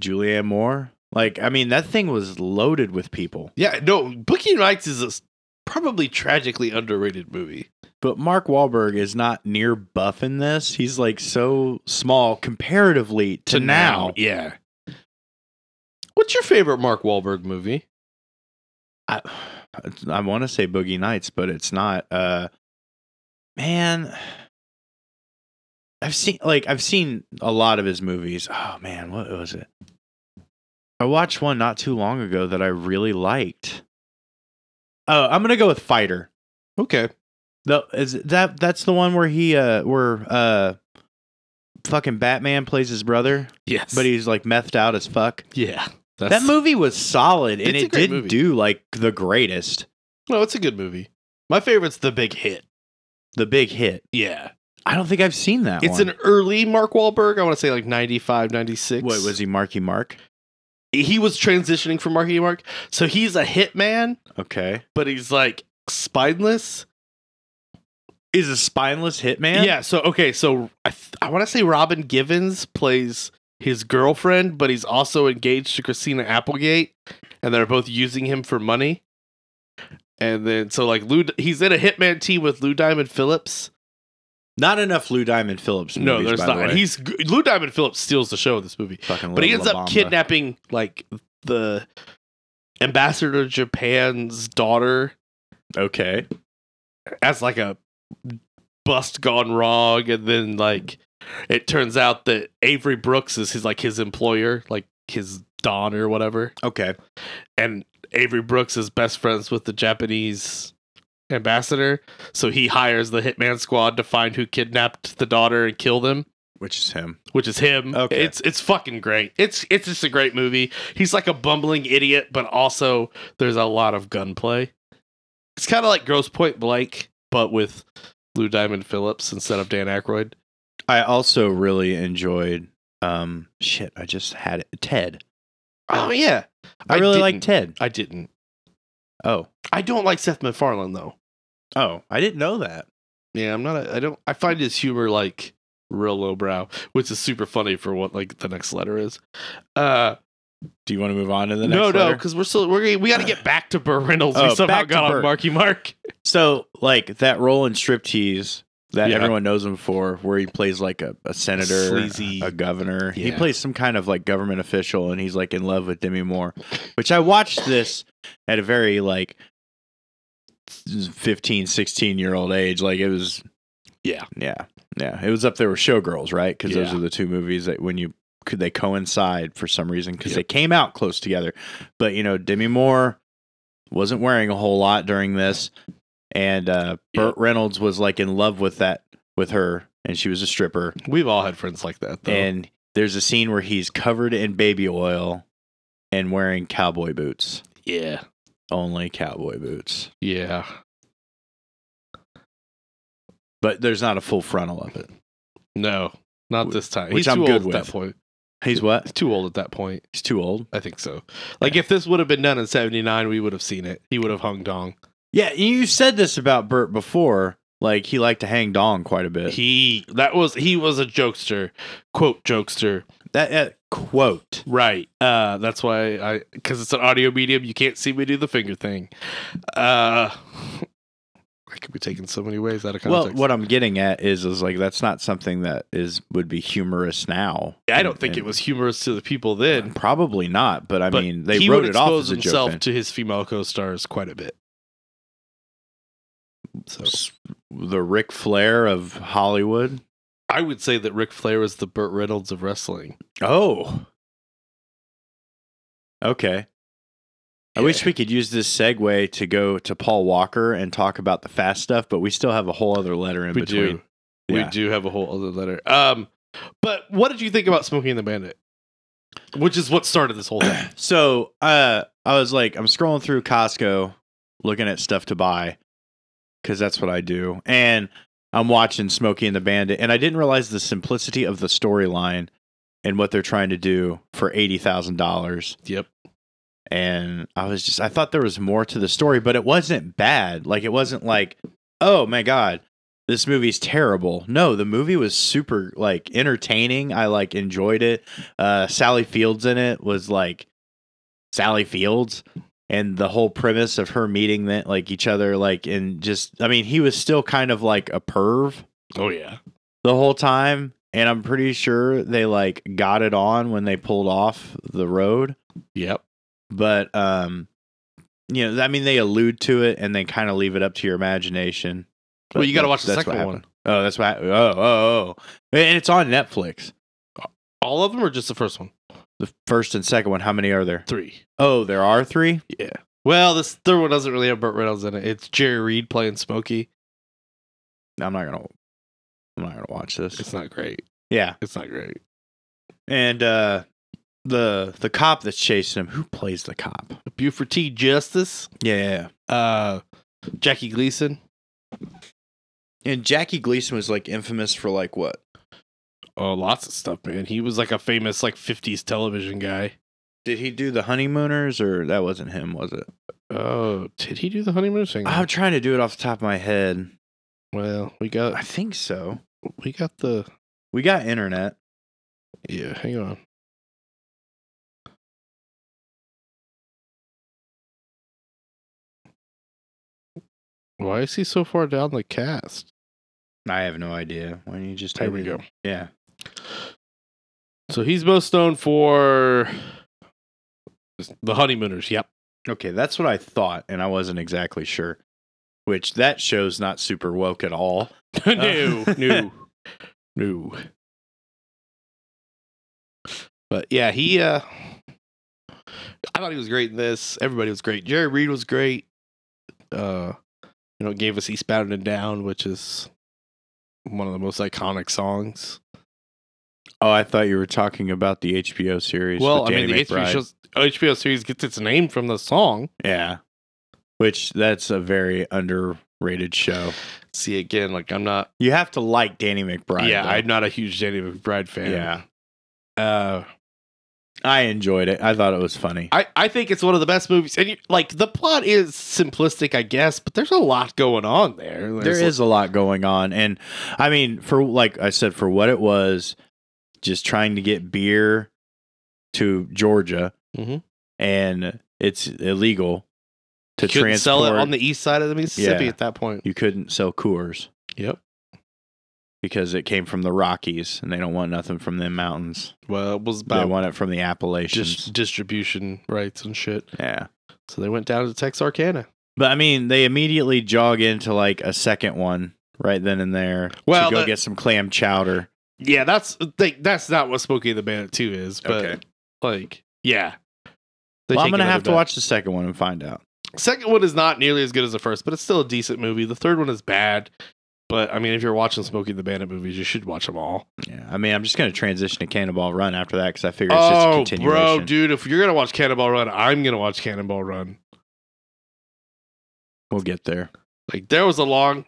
Speaker 1: Julianne Moore, like I mean, that thing was loaded with people.
Speaker 2: Yeah, no, Boogie Nights is a s- probably tragically underrated movie.
Speaker 1: But Mark Wahlberg is not near buff in this. He's like so small comparatively to, now.
Speaker 2: yeah. What's your favorite Mark Wahlberg movie?
Speaker 1: I, I want to say Boogie Nights, but it's not. Uh, man, I've seen like I've seen a lot of his movies. Oh man, what was it? I watched one not too long ago that I really liked. Oh, I'm gonna go with Fighter.
Speaker 2: Okay,
Speaker 1: The is it- that that's the one where he uh where uh fucking Batman plays his brother,
Speaker 2: yes,
Speaker 1: but he's like methed out as fuck.
Speaker 2: yeah, that's,
Speaker 1: That movie was solid and
Speaker 2: It's a
Speaker 1: it
Speaker 2: great
Speaker 1: didn't
Speaker 2: movie.
Speaker 1: do like the greatest.
Speaker 2: No, it's a good movie. My favorite's The Big Hit.
Speaker 1: The big hit.
Speaker 2: Yeah,
Speaker 1: I don't think I've seen that
Speaker 2: it's
Speaker 1: one.
Speaker 2: an early Mark Wahlberg. I want to say like 95, 96.
Speaker 1: Wait, was he Marky Mark?
Speaker 2: he? He was transitioning from Marky Mark, so he's a hitman,
Speaker 1: Okay.
Speaker 2: but he's like spineless.
Speaker 1: Is a spineless hitman?
Speaker 2: Yeah. So okay. So I th- I want to say Robin Givens plays his girlfriend, but he's also engaged to Christina Applegate, and they're both using him for money. And then so like Lou, he's in a hitman team with Lou Diamond Phillips.
Speaker 1: Not enough Lou Diamond Phillips. Movies,
Speaker 2: no, there's
Speaker 1: by
Speaker 2: not.
Speaker 1: The way.
Speaker 2: and he's g- Lou Diamond Phillips steals the show in this movie,
Speaker 1: fucking.
Speaker 2: but he
Speaker 1: love
Speaker 2: ends
Speaker 1: La
Speaker 2: up
Speaker 1: Bamba.
Speaker 2: kidnapping like the ambassador to Japan's daughter
Speaker 1: Okay.
Speaker 2: as like a bust gone wrong and then like it turns out that Avery Brooks is his like his employer, like his Don or whatever.
Speaker 1: Okay.
Speaker 2: And Avery Brooks is best friends with the Japanese ambassador, so he hires the hitman squad to find who kidnapped the daughter and kill them.
Speaker 1: which is him.
Speaker 2: which is him.
Speaker 1: Okay.
Speaker 2: It's it's fucking great. It's it's just a great movie. He's like a bumbling idiot, but also there's a lot of gunplay. It's kind of like Gross Point Blank, but with Lou Diamond Phillips instead of Dan Aykroyd.
Speaker 1: I also really enjoyed. Um, shit, I just had it. Ted.
Speaker 2: Oh yeah,
Speaker 1: I, really
Speaker 2: didn't-
Speaker 1: like Ted.
Speaker 2: I didn't.
Speaker 1: Oh,
Speaker 2: I don't like Seth MacFarlane though.
Speaker 1: oh, I didn't know that.
Speaker 2: Yeah, I'm not. A, I don't. I find his humor like real lowbrow, which is super funny for what like the next letter is. Uh,
Speaker 1: Do you want to move on to the next?
Speaker 2: no, no,
Speaker 1: letter?
Speaker 2: because we're still we're we got to get back to Burr Reynolds.
Speaker 1: Oh,
Speaker 2: we somehow
Speaker 1: back to
Speaker 2: got on
Speaker 1: Burr.
Speaker 2: Marky Mark.
Speaker 1: So, like that role in Striptease that
Speaker 2: Yeah.
Speaker 1: everyone knows him for, where he plays like a, a senator,
Speaker 2: Sleazy.
Speaker 1: a governor. He
Speaker 2: Yeah.
Speaker 1: plays some kind of like government official, and he's like in love with Demi Moore. Which I watched this at a very like 15, 16 year old age. Like it was,
Speaker 2: Yeah.
Speaker 1: yeah, yeah. It was up there with Showgirls, right? Because those
Speaker 2: Yeah.
Speaker 1: are the two movies that when you could they coincide for some reason because
Speaker 2: Yep.
Speaker 1: they came out close together. But you know, Demi Moore wasn't wearing a whole lot during this, and uh, Burt Reynolds was like in love with that with her, and she was a stripper.
Speaker 2: We've all had friends like that, though.
Speaker 1: And there's a scene where he's covered in baby oil and wearing cowboy boots,
Speaker 2: yeah,
Speaker 1: only cowboy boots.
Speaker 2: yeah,
Speaker 1: But there's not a full frontal of it.
Speaker 2: no, not
Speaker 1: Wh-
Speaker 2: this time.
Speaker 1: which
Speaker 2: He's
Speaker 1: I'm
Speaker 2: too
Speaker 1: good
Speaker 2: old
Speaker 1: with.
Speaker 2: at that point.
Speaker 1: He's what?
Speaker 2: He's too old at that point.
Speaker 1: He's too old.
Speaker 2: I think so. Like if this would have been done in '79, we would have seen it. He would have hung dong.
Speaker 1: Yeah, you said this about Burt before. Like he liked to hang dong quite a bit.
Speaker 2: He that was he was a jokester, quote jokester.
Speaker 1: that, that quote.
Speaker 2: Right. Uh, that's why I because it's an audio medium. You can't see me do the finger thing. Uh, I could be taken so many ways out of
Speaker 1: Well,
Speaker 2: context.
Speaker 1: what I'm getting at is, is like that's not something that is would be humorous now.
Speaker 2: I don't
Speaker 1: And-
Speaker 2: think it
Speaker 1: and-
Speaker 2: was humorous to the people then.
Speaker 1: Probably not, but I
Speaker 2: But
Speaker 1: mean, they
Speaker 2: he
Speaker 1: wrote
Speaker 2: would
Speaker 1: it off
Speaker 2: expose
Speaker 1: as a joke.
Speaker 2: himself
Speaker 1: then.
Speaker 2: to his female co-stars quite a bit. So
Speaker 1: S- the Ric Flair of Hollywood.
Speaker 2: I would say that Ric Flair was the Burt Reynolds of wrestling.
Speaker 1: Oh. Okay. I wish we could use this segue to go to Paul Walker and talk about the fast stuff, but we still have a whole other letter in
Speaker 2: we
Speaker 1: between.
Speaker 2: do. We
Speaker 1: Yeah.
Speaker 2: do have a whole other letter. Um, but what did you think about Smokey and the Bandit? Which is what started this whole thing.
Speaker 1: So uh, I was like, I'm scrolling through Costco, looking at stuff to buy, because that's what I do. And I'm watching Smokey and the Bandit, and I didn't realize the simplicity of the storyline and what they're trying to do for eighty thousand dollars.
Speaker 2: yep.
Speaker 1: And I was just, I thought there was more to the story, but it wasn't bad. Like it wasn't like, oh my god, this movie's terrible. No, the movie was super like entertaining. I like enjoyed it. Uh, Sally Fields in it was like Sally Fields, and the whole premise of her meeting that like each other like and just I mean he was still kind of like a perv
Speaker 2: Oh yeah.
Speaker 1: the whole time, and I'm pretty sure they like got it on when they pulled off the road
Speaker 2: Yep.
Speaker 1: but um you know i mean they allude to it and they kind of leave it up to your imagination
Speaker 2: Well, you got to
Speaker 1: That's-
Speaker 2: watch the
Speaker 1: that's what
Speaker 2: second one.
Speaker 1: happened. oh that's why oh oh oh and it's on netflix
Speaker 2: All of them, or just the first one?
Speaker 1: the first and second one how many are there
Speaker 2: Three.
Speaker 1: oh there are three
Speaker 2: Yeah. Well, this third one doesn't really have Burt Reynolds in it. It's Jerry Reed playing Smokey.
Speaker 1: i'm not gonna i'm not gonna watch
Speaker 2: It's
Speaker 1: this
Speaker 2: not great.
Speaker 1: yeah
Speaker 2: It's not great.
Speaker 1: and uh the the cop that's chasing him who plays the cop
Speaker 2: Buford T. Justice.
Speaker 1: yeah, yeah, yeah.
Speaker 2: Uh, Jackie Gleason.
Speaker 1: and jackie gleason was like infamous for like what
Speaker 2: Oh, lots of stuff, man. He was like a famous like '50s television guy.
Speaker 1: did he do the honeymooners or that wasn't him was it
Speaker 2: Oh, did he do the honeymoon thing?
Speaker 1: i'm trying to do it off the top of my head
Speaker 2: well, we got
Speaker 1: I think so.
Speaker 2: we got the
Speaker 1: We got internet.
Speaker 2: yeah. Hang on. Why is he so far down the cast?
Speaker 1: I have no idea. Why don't you just
Speaker 2: There
Speaker 1: type
Speaker 2: we
Speaker 1: it-
Speaker 2: go.
Speaker 1: Yeah.
Speaker 2: So he's most known for the honeymooners. Yep.
Speaker 1: Okay, that's what I thought, and I wasn't exactly sure. Which that show's not super woke at all.
Speaker 2: no, no, no. But yeah, he. uh I thought he was great in this. Everybody was great. Jerry Reed was great. Uh, you know, gave us "Eastbound and Down," which is one of the most iconic songs.
Speaker 1: Oh, I thought you were talking about the HBO series.
Speaker 2: well, I
Speaker 1: with
Speaker 2: mean,
Speaker 1: Danny
Speaker 2: the HBO,
Speaker 1: McBride.
Speaker 2: shows, HBO series gets its name from the song.
Speaker 1: Yeah. Which that's a very underrated show.
Speaker 2: See, again, like I'm not.
Speaker 1: You have to like Danny McBride.
Speaker 2: yeah,
Speaker 1: though.
Speaker 2: I'm not a huge Danny McBride fan.
Speaker 1: Yeah.
Speaker 2: Uh,
Speaker 1: I enjoyed it. I thought it was funny.
Speaker 2: I, I think it's one of the best movies. And you, like the plot is simplistic, I guess, but there's a lot going on there.
Speaker 1: there is a lot going on and i mean for like i said for what it was just trying to get beer to georgia
Speaker 2: Mhm.
Speaker 1: and it's illegal to
Speaker 2: to
Speaker 1: transport
Speaker 2: sell it on the east side of the Mississippi
Speaker 1: Yeah.
Speaker 2: at that point.
Speaker 1: you couldn't sell coors
Speaker 2: Yep.
Speaker 1: because it came from the rockies and they don't want nothing from them mountains
Speaker 2: Well, it was
Speaker 1: they
Speaker 2: about
Speaker 1: want it from the appalachians
Speaker 2: just distribution rights and shit.
Speaker 1: yeah
Speaker 2: So they went down to Texarkana.
Speaker 1: but i mean they immediately jog into like a second one right then and there
Speaker 2: Well,
Speaker 1: to go
Speaker 2: the-
Speaker 1: get some clam chowder
Speaker 2: Yeah, that's like that's not what Smokey and the Bandit Two is, but
Speaker 1: Okay.
Speaker 2: like yeah. They
Speaker 1: well, i'm
Speaker 2: take
Speaker 1: gonna
Speaker 2: another
Speaker 1: have to
Speaker 2: bet.
Speaker 1: watch the second one and find out
Speaker 2: Second one is not nearly as good as the first, but it's still a decent movie. The third one is bad, but I mean, if you're watching Smokey and the Bandit movies, you should watch them all.
Speaker 1: Yeah, I mean, I'm just gonna transition to Cannonball Run after that because I figure it's
Speaker 2: Oh,
Speaker 1: just a continuation.
Speaker 2: bro, dude, if you're gonna watch Cannonball Run, I'm gonna watch Cannonball Run.
Speaker 1: We'll get there.
Speaker 2: Like there was a long,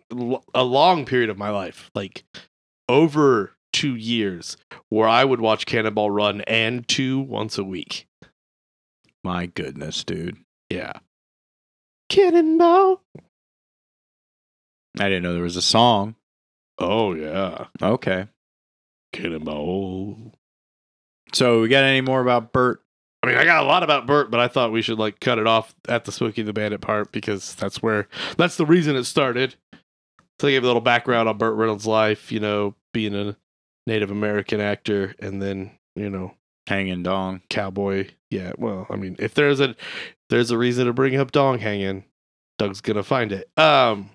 Speaker 2: a long period of my life, like over two years, where I would watch Cannonball Run and two once a week.
Speaker 1: My goodness, dude,
Speaker 2: Yeah, Cannonball.
Speaker 1: I didn't know there was a song.
Speaker 2: Oh yeah,
Speaker 1: Okay,
Speaker 2: Cannonball.
Speaker 1: so we got any more about Bert?
Speaker 2: I mean, I got a lot about Bert, but I thought we should like cut it off at the Spooky the Bandit part because that's where that's the reason it started. So they gave a little background on Burt Reynolds' life, you know, being a Native American actor, and then you know,
Speaker 1: Hanging dong.
Speaker 2: cowboy. Yeah, well, I mean, if there's a there's a reason to bring up Dong hanging, Doug's gonna find it. Um,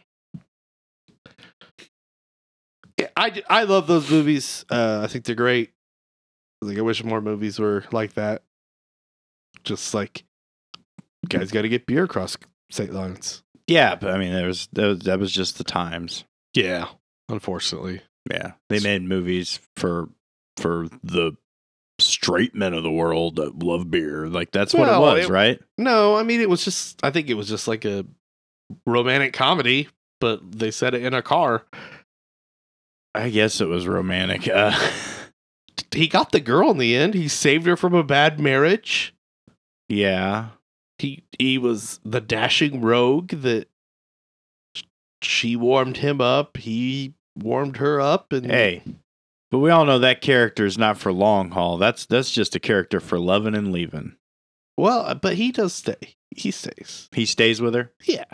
Speaker 2: yeah, I I love those movies. Uh, I think they're great. Like, I wish more movies were like that. Just like, you guys got to get beer across state lines.
Speaker 1: Yeah, but I mean, there was that, was that was just the times.
Speaker 2: Yeah, unfortunately.
Speaker 1: Yeah, they made movies for for the straight men of the world that love beer. Like that's
Speaker 2: Well,
Speaker 1: what it was,
Speaker 2: it-
Speaker 1: right?
Speaker 2: No, I mean it was just. I think it was just like a romantic comedy, but they said it in a car.
Speaker 1: I guess it was romantic. Uh,
Speaker 2: he got the girl in the end. He saved her from a bad marriage.
Speaker 1: yeah,
Speaker 2: He he was the dashing rogue that she warmed him up. He warmed her up, and
Speaker 1: Hey, but we all know that character is not for long haul. That's that's just a character for loving and leaving.
Speaker 2: well, but he does stay. He stays.
Speaker 1: He stays with her.
Speaker 2: Yeah,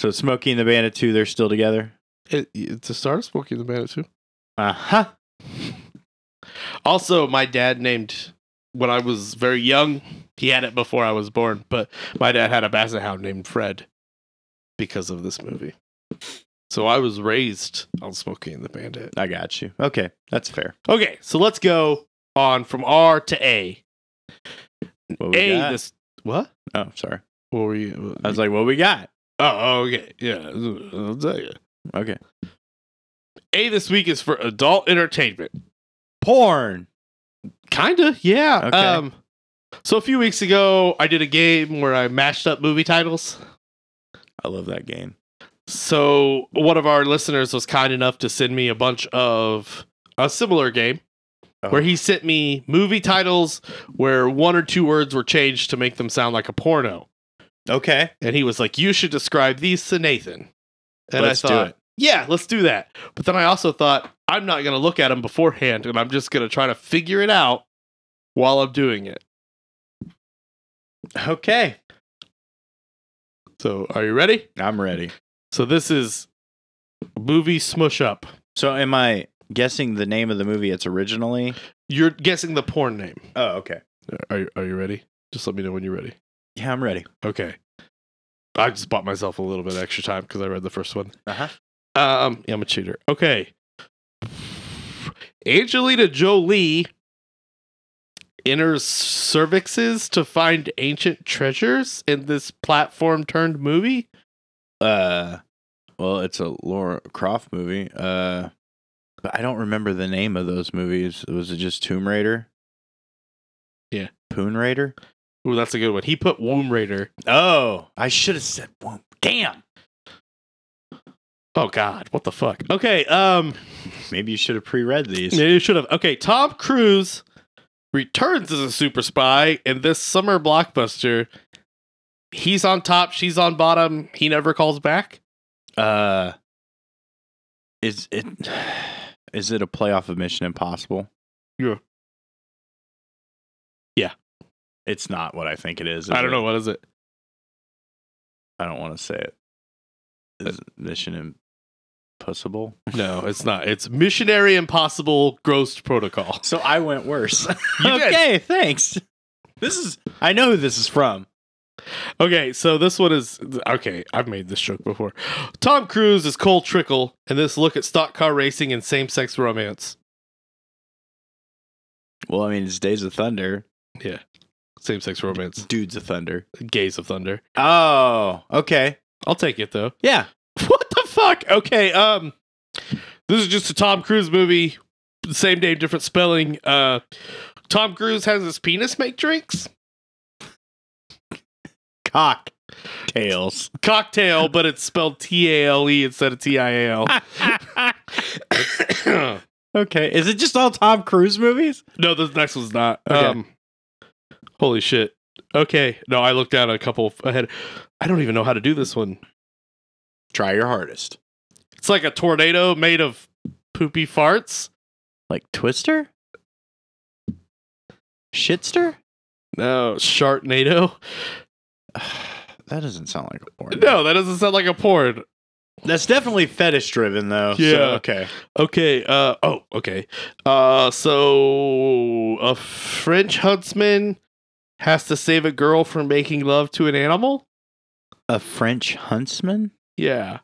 Speaker 1: So Smokey and the Bandit 2, they're still together.
Speaker 2: it, it's a star smoking the bandit too.
Speaker 1: Uh huh.
Speaker 2: Also, my dad named when I was very young. He had it before I was born, but my dad had a basset hound named Fred because of this movie. So I was raised on Smokey and the Bandit.
Speaker 1: I got you. Okay, that's fair.
Speaker 2: Okay, so let's go on from R to A.
Speaker 1: What we
Speaker 2: A
Speaker 1: got?
Speaker 2: this what?
Speaker 1: oh, sorry.
Speaker 2: What were you?
Speaker 1: I was like, what we got?
Speaker 2: oh, oh, okay, yeah, I'll tell you.
Speaker 1: Okay.
Speaker 2: A this week is for adult entertainment,
Speaker 1: Porn.
Speaker 2: kinda, yeah.
Speaker 1: Okay.
Speaker 2: Um, so a few weeks ago, I did a game where I mashed up movie titles.
Speaker 1: I love that game.
Speaker 2: So one of our listeners was kind enough to send me a bunch of a similar game
Speaker 1: Oh.
Speaker 2: where he sent me movie titles where one or two words were changed to make them sound like a porno.
Speaker 1: Okay.
Speaker 2: And he was like, You should describe these to Nathan. And
Speaker 1: Let's
Speaker 2: I
Speaker 1: do
Speaker 2: thought,
Speaker 1: it.
Speaker 2: Yeah, let's do that. But then I also thought, I'm not going to look at them beforehand and I'm just going to try to figure it out while I'm doing it.
Speaker 1: Okay.
Speaker 2: So are you ready?
Speaker 1: I'm ready.
Speaker 2: So this is movie smush up.
Speaker 1: So am I guessing the name of the movie it's originally?
Speaker 2: You're guessing the porn name.
Speaker 1: Oh, okay.
Speaker 2: Are you, are you ready? Just let me know when you're ready.
Speaker 1: Yeah, I'm ready.
Speaker 2: Okay. I just bought myself a little bit of extra time because I read the first one.
Speaker 1: Uh-huh.
Speaker 2: Um, yeah, I'm a cheater. Okay. Angelina Jolie enters cervixes to find ancient treasures in this platform turned movie.
Speaker 1: Uh well, it's a Laura Croft movie. Uh But I don't remember the name of those movies. Was it just Tomb Raider?
Speaker 2: Yeah.
Speaker 1: Poon Raider?
Speaker 2: Ooh, that's a good one. He put Womb Raider.
Speaker 1: Oh, I should have said Womb. Damn.
Speaker 2: Oh God, what the fuck? Okay, um,
Speaker 1: Maybe you should have pre-read these.
Speaker 2: maybe you should have. Okay, Tom Cruise returns as a super spy in this summer blockbuster. He's on top, she's on bottom. He never calls back.
Speaker 1: Uh is it is it a playoff of Mission Impossible?
Speaker 2: Yeah. Yeah.
Speaker 1: It's not what I think it is. is
Speaker 2: I don't
Speaker 1: it?
Speaker 2: know what is it.
Speaker 1: I don't want to say it.
Speaker 2: Uh,
Speaker 1: Is it Mission Impossible?
Speaker 2: No, it's not. It's Missionary Impossible Gross Protocol.
Speaker 1: So I went worse.
Speaker 2: You did.
Speaker 1: okay, thanks. This is I know who this is from.
Speaker 2: Okay, so this one is okay. I've made this joke before. Tom Cruise is Cole Trickle in this look at stock car racing and same sex romance.
Speaker 1: Well, I mean, it's Days of Thunder.
Speaker 2: Same sex romance.
Speaker 1: Dudes of Thunder.
Speaker 2: Gaze of Thunder.
Speaker 1: Oh, okay.
Speaker 2: I'll take it though.
Speaker 1: Yeah.
Speaker 2: What the fuck? Okay, um this is just a Tom Cruise movie. Same name, different spelling. Uh Tom Cruise has his penis make drinks.
Speaker 1: Cock tails.
Speaker 2: Cocktail, but it's spelled T A L E instead of T I A L.
Speaker 1: okay. Is it just all Tom Cruise movies?
Speaker 2: No, this next
Speaker 1: Uh,
Speaker 2: one's not.
Speaker 1: Okay.
Speaker 2: Um, holy shit. Okay. No, I looked down a couple ahead. I don't even know how to do this one.
Speaker 1: Try your hardest.
Speaker 2: It's like a tornado made of poopy farts.
Speaker 1: Like Twister? Shitster?
Speaker 2: No, Sharknado.
Speaker 1: that doesn't sound like a porn.
Speaker 2: No, that doesn't sound like a porn.
Speaker 1: That's definitely fetish driven though.
Speaker 2: Yeah.
Speaker 1: okay.
Speaker 2: Okay. Uh oh. Okay. Uh so a French huntsman has to save a girl from making love to an animal.
Speaker 1: A French huntsman?
Speaker 2: Yeah.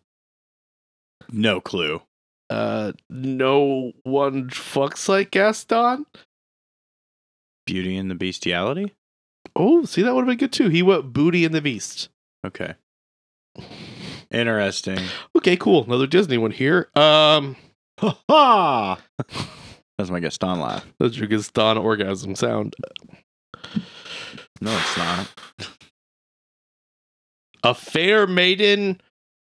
Speaker 1: No clue.
Speaker 2: Uh, no one fucks like Gaston.
Speaker 1: Beauty and the Bestiality?
Speaker 2: Oh, see, that would have been good too. He went Booty and the Beast.
Speaker 1: Okay. Interesting.
Speaker 2: Okay, cool. Another Disney one here. Um,
Speaker 1: Ha ha! That's my Gaston laugh.
Speaker 2: that's your Gaston orgasm sound.
Speaker 1: No, it's not.
Speaker 2: A fair maiden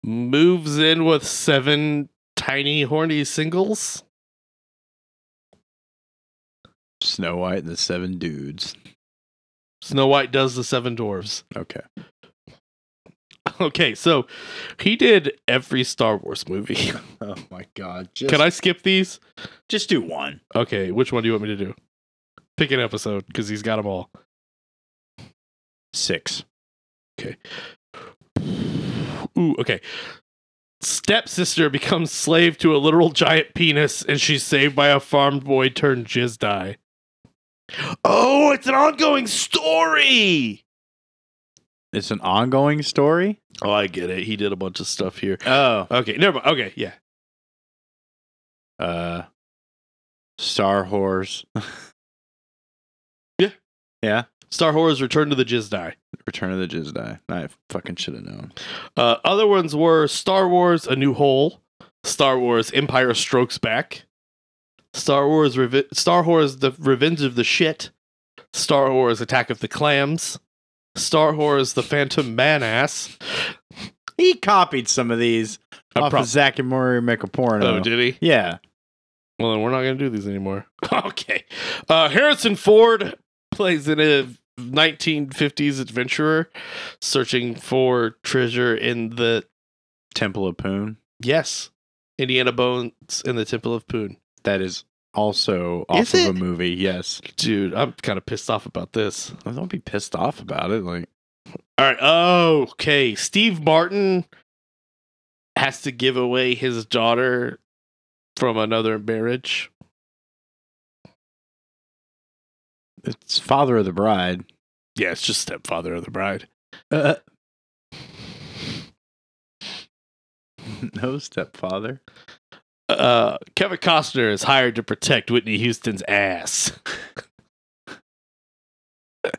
Speaker 2: moves in with seven tiny horny singles.
Speaker 1: Snow White and the Seven Dudes.
Speaker 2: Snow White does the seven dwarves.
Speaker 1: Okay.
Speaker 2: Okay, so he did every Star Wars movie.
Speaker 1: Oh my God. Just,
Speaker 2: Can I skip these?
Speaker 1: just do one?
Speaker 2: Okay, which one do you want me to do? Pick an episode because he's got them all.
Speaker 1: Six.
Speaker 2: Ooh, okay. Stepsister becomes slave to a literal giant penis and she's saved by a farm boy turned jizz die. Oh, it's an ongoing story.
Speaker 1: It's an ongoing story.
Speaker 2: Oh, I get it. He did a bunch of stuff here.
Speaker 1: Oh.
Speaker 2: Okay, never mind. Okay, yeah.
Speaker 1: Uh, Star Wars.
Speaker 2: Yeah.
Speaker 1: Yeah.
Speaker 2: Star Horror's Return to the Jizz Die.
Speaker 1: Return of the Jizdi. I fucking should have known.
Speaker 2: Uh, other ones were Star Wars A New Hole, Star Wars Empire Strokes Back, Star Wars Reve- Star Wars The Revenge of the Shit, Star Wars Attack of the Clams, Star Wars The Phantom Manass.
Speaker 1: He copied some of these off
Speaker 2: prob-
Speaker 1: of Zach and Mori make a porno.
Speaker 2: oh, did he?
Speaker 1: yeah.
Speaker 2: Well, then we're not going to do these anymore. okay. Uh, Harrison Ford plays in a 1950s adventurer searching for treasure in the,
Speaker 1: Temple of Poon.
Speaker 2: yes, Indiana Bones in the Temple of Poon.
Speaker 1: That is also
Speaker 2: Is
Speaker 1: off of
Speaker 2: it?
Speaker 1: a movie. Yes.
Speaker 2: Dude, I'm kind of pissed off about this.
Speaker 1: Well, Don't be pissed off about it. Like,
Speaker 2: All right. Oh, okay. Steve Martin has to give away his daughter from another marriage.
Speaker 1: it's Father of the Bride.
Speaker 2: Yeah, it's just stepfather of the bride.
Speaker 1: Uh, no stepfather.
Speaker 2: Uh, Kevin Costner is hired to protect Whitney Houston's ass.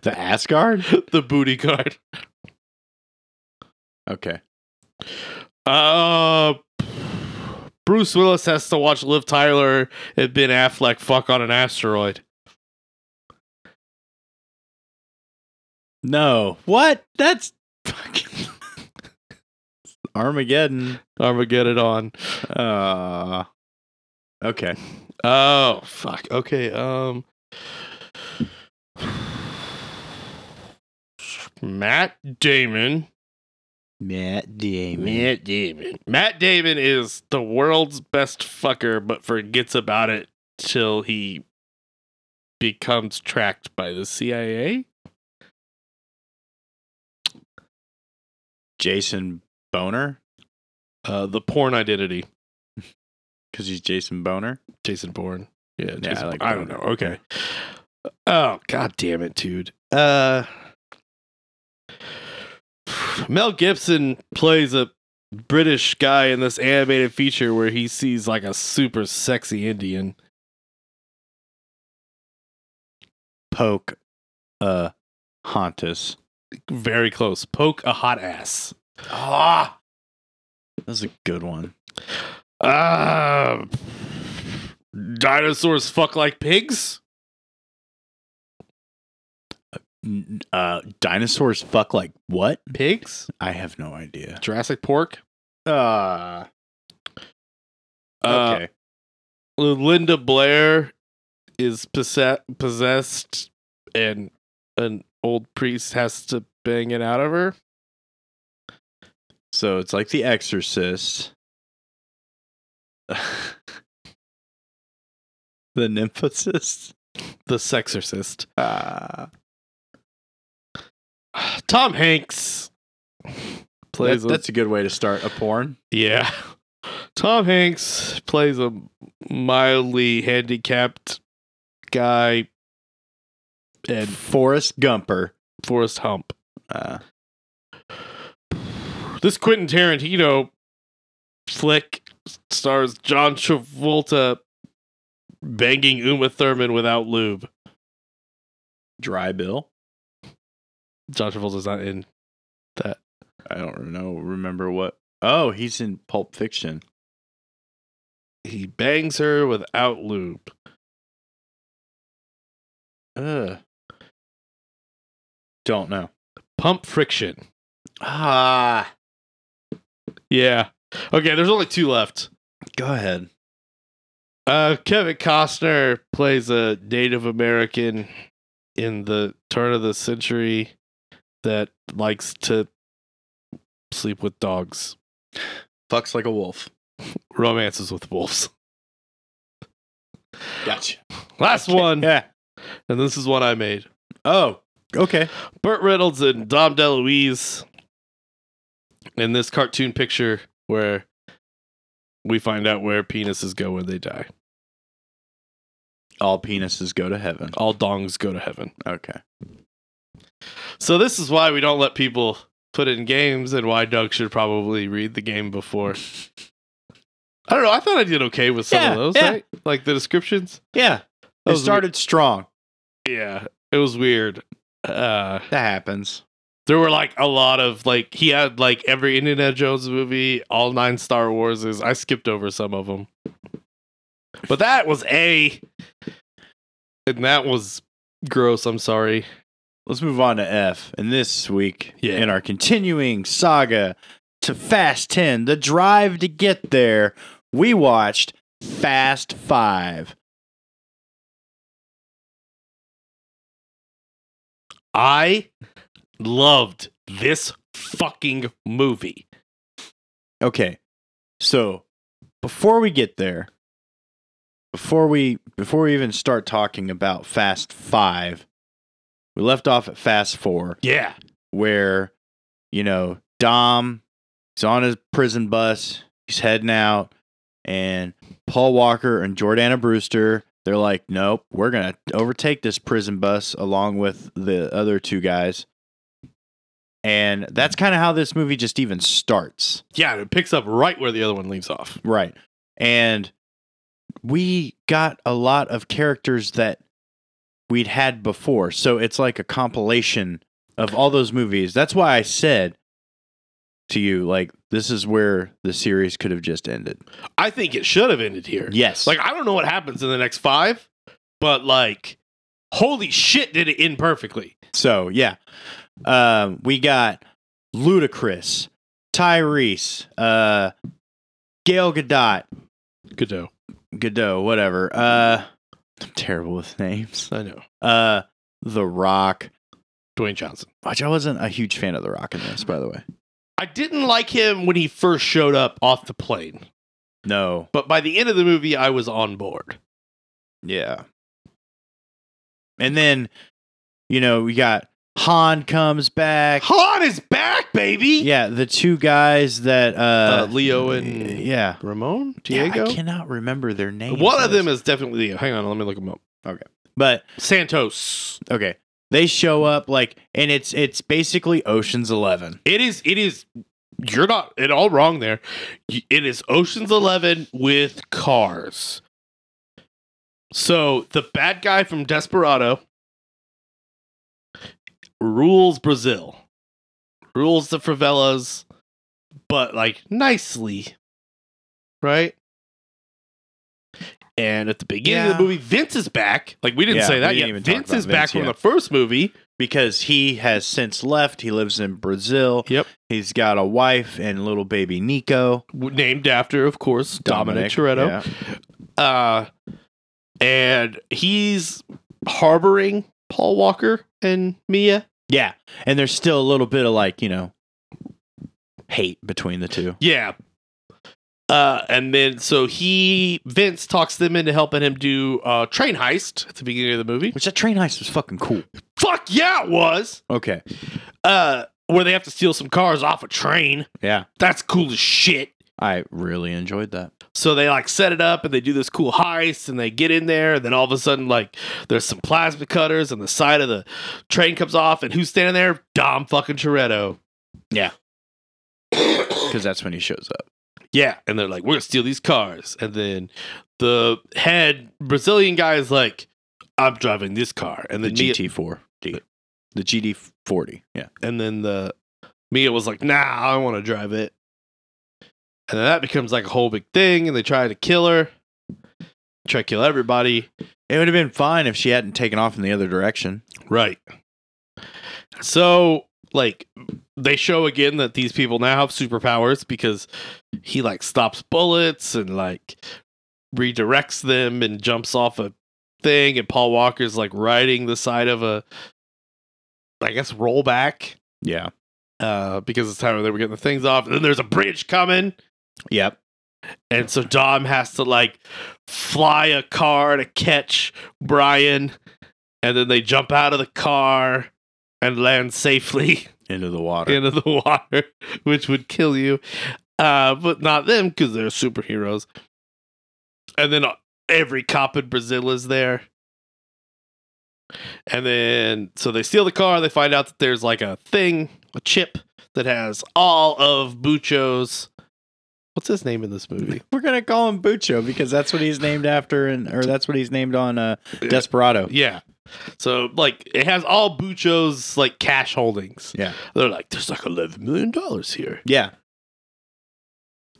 Speaker 1: The Asgard?
Speaker 2: the booty card.
Speaker 1: Okay.
Speaker 2: Uh, Bruce Willis has to watch Liv Tyler and Ben Affleck fuck on an asteroid.
Speaker 1: No. What? That's fucking Armageddon.
Speaker 2: Armageddon on.
Speaker 1: Uh Okay.
Speaker 2: Oh fuck. Okay. Um. Matt Damon.
Speaker 1: Matt Damon.
Speaker 2: Matt Damon. Matt Damon is the world's best fucker, but forgets about it till he becomes tracked by the CIA.
Speaker 1: Jason Boner
Speaker 2: Uh, the porn identity.
Speaker 1: cuz he's Jason Boner.
Speaker 2: Jason Bourne. Yeah, Jason
Speaker 1: I like
Speaker 2: Bourne. I don't
Speaker 1: Bourne.
Speaker 2: know. Okay. Oh, god damn it, dude. Uh Mel Gibson plays a British guy in this animated feature where he sees like a super sexy Indian.
Speaker 1: Poke uh Hontus.
Speaker 2: Very close. Poke a hot ass.
Speaker 1: Ah. That was a good one.
Speaker 2: Uh, dinosaurs fuck like pigs?
Speaker 1: N- Uh dinosaurs fuck like what?
Speaker 2: Pigs?
Speaker 1: I have no idea.
Speaker 2: Jurassic pork?
Speaker 1: Uh
Speaker 2: Uh,
Speaker 1: okay.
Speaker 2: Linda Blair is possess- possessed, and an old priest has to bang it out of her.
Speaker 1: So it's like The Exorcist. the Nymphocist.
Speaker 2: The Sexorcist.
Speaker 1: Uh,
Speaker 2: Tom Hanks plays.
Speaker 1: that,
Speaker 2: a,
Speaker 1: that's a good way to start a porn.
Speaker 2: yeah. Tom Hanks plays a mildly handicapped guy
Speaker 1: And
Speaker 2: and
Speaker 1: Forrest Gumper.
Speaker 2: Forrest Hump.
Speaker 1: Uh,
Speaker 2: This Quentin Tarantino flick stars John Travolta banging Uma Thurman without lube.
Speaker 1: Dry Bill.
Speaker 2: John Travolta's not in.
Speaker 1: I don't know. Remember what? Oh, he's in Pulp Fiction.
Speaker 2: He bangs her without lube.
Speaker 1: Ugh. Don't know.
Speaker 2: Pump friction.
Speaker 1: Ah,
Speaker 2: Yeah. Okay, there's only two left.
Speaker 1: go ahead.
Speaker 2: Uh, Kevin Costner plays a Native American in the turn of the century that likes to sleep with dogs,
Speaker 1: Fucks like a wolf.
Speaker 2: romances with wolves.
Speaker 1: Gotcha.
Speaker 2: Last one,
Speaker 1: Yeah.
Speaker 2: and this is one I made.
Speaker 1: Oh, okay.
Speaker 2: Burt Reynolds and Dom DeLuise in this cartoon picture where we find out where penises go when they die.
Speaker 1: All penises go to heaven.
Speaker 2: All dongs go to heaven.
Speaker 1: Okay.
Speaker 2: So this is why we don't let people put in games and why Doug should probably read the game before. I don't know. I thought I did okay with some
Speaker 1: Yeah,
Speaker 2: of those,
Speaker 1: yeah.
Speaker 2: right? Like the descriptions.
Speaker 1: Yeah.
Speaker 2: That
Speaker 1: It
Speaker 2: was
Speaker 1: started strong.
Speaker 2: Yeah, it was weird. Uh,
Speaker 1: That happens.
Speaker 2: there were like a lot of like he had like every Indiana Jones movie, all nine Star Warses. I skipped over some of them, but that was A, and that was gross. I'm sorry.
Speaker 1: Let's move on to F. And this week,
Speaker 2: Yeah.
Speaker 1: in our continuing saga to Fast 10, the drive to get there, we watched Fast 5.
Speaker 2: I loved this fucking movie.
Speaker 1: Okay. So, before we get there, before we before we even start talking about Fast 5, we left off at Fast 4.
Speaker 2: Yeah.
Speaker 1: where you know Dom is on his prison bus, he's heading out, and Paul Walker and Jordana Brewster they're like, nope, we're gonna overtake this prison bus along with the other two guys, and that's kind of how this movie just even starts,
Speaker 2: Yeah, it picks up right where the other one leaves off.
Speaker 1: right? And we got a lot of characters that we'd had before, so it's like a compilation of all those movies. That's why I said to you like this is where the series could have just ended.
Speaker 2: I think it should have ended here.
Speaker 1: Yes.
Speaker 2: Like I don't know what happens in the next five, but like, holy shit, did it end perfectly?
Speaker 1: So yeah, um, we got Ludacris, Tyrese, uh, Gail Gadot,
Speaker 2: Godot.
Speaker 1: Godot, whatever. Uh, I'm terrible with names.
Speaker 2: I know.
Speaker 1: Uh, The Rock.
Speaker 2: Dwayne Johnson.
Speaker 1: Which I wasn't a huge fan of The Rock in this, by the way.
Speaker 2: I didn't like him when he first showed up off the plane,
Speaker 1: No.
Speaker 2: but by the end of the movie, I was on board.
Speaker 1: Yeah. And then, you know, we got Han comes back.
Speaker 2: Han is back, baby.
Speaker 1: Yeah, the two guys that uh,
Speaker 2: Uh, Leo and-
Speaker 1: yeah,
Speaker 2: Ramon,
Speaker 1: Yeah,
Speaker 2: Diego.
Speaker 1: I cannot remember their names.
Speaker 2: One of them is definitely Leo. Hang on, let me look him up.
Speaker 1: but
Speaker 2: Santos.
Speaker 1: okay they show up like and it's it's basically oceans 11
Speaker 2: It is. It is. You're not at all wrong there. Y- It is Ocean's Eleven with cars. So the bad guy from Desperado rules Brazil, rules the favelas, but like nicely, right? And at the beginning of
Speaker 1: Yeah.
Speaker 2: the movie, Vince is back. Like we didn't
Speaker 1: Yeah,
Speaker 2: say
Speaker 1: we
Speaker 2: that
Speaker 1: didn't
Speaker 2: yet.
Speaker 1: even talk
Speaker 2: Vince
Speaker 1: about
Speaker 2: is back
Speaker 1: Vince
Speaker 2: from
Speaker 1: yet.
Speaker 2: the first movie.
Speaker 1: because he has since left he lives in brazil
Speaker 2: Yep.
Speaker 1: he's got a wife and little baby nico
Speaker 2: w- named after, of course, Dominic, Toretto.
Speaker 1: yeah.
Speaker 2: Uh, and he's harboring Paul Walker and Mia.
Speaker 1: yeah and there's still a little bit of like you know hate between the two
Speaker 2: Yeah. Uh, and then so he Vince talks them into helping him do uh train heist at the beginning of the movie.
Speaker 1: which that train heist was fucking cool
Speaker 2: Fuck yeah, it was.
Speaker 1: okay
Speaker 2: Uh, where they have to steal some cars off a train.
Speaker 1: yeah
Speaker 2: That's cool as shit.
Speaker 1: i really enjoyed that
Speaker 2: So they like set it up and they do this cool heist and they get in there and then all of a sudden like there's some plasma cutters and the side of the train comes off and who's standing there? Dom fucking Toretto.
Speaker 1: Yeah. because that's when he shows up
Speaker 2: Yeah. And they're like, we're gonna steal these cars. And then the head Brazilian guy is like, I'm driving this car. And
Speaker 1: the
Speaker 2: then Mia,
Speaker 1: gt4 d the gd40 yeah
Speaker 2: and then the Mia was like, nah, I want to drive it. And then that becomes like a whole big thing, and they try to kill her. Try to kill everybody.
Speaker 1: it would have been fine if she hadn't taken off in the other direction
Speaker 2: Right. So, like, they show again that these people now have superpowers because he, like, stops bullets and, like, redirects them and jumps off a thing. And Paul Walker's, like, riding the side of a, I guess, rollback
Speaker 1: yeah
Speaker 2: uh, because it's time they were getting the things off. And then there's a bridge coming.
Speaker 1: Yep.
Speaker 2: And so Dom has to like fly a car to catch Brian. And then they jump out of the car and land safely
Speaker 1: Into the water.
Speaker 2: into the water, which would kill you. Uh, but not them because they're superheroes. And then uh, every cop in Brazil is there. And then, so they steal the car. They find out that there's like a thing, a chip that has all of Bucho's. What's his name in this movie?
Speaker 1: We're gonna call him Bucho because that's what he's named after, and or that's what he's named on uh, Desperado.
Speaker 2: Yeah. So like it has all Bucho's like cash holdings.
Speaker 1: Yeah.
Speaker 2: They're like, there's like eleven million dollars here.
Speaker 1: Yeah.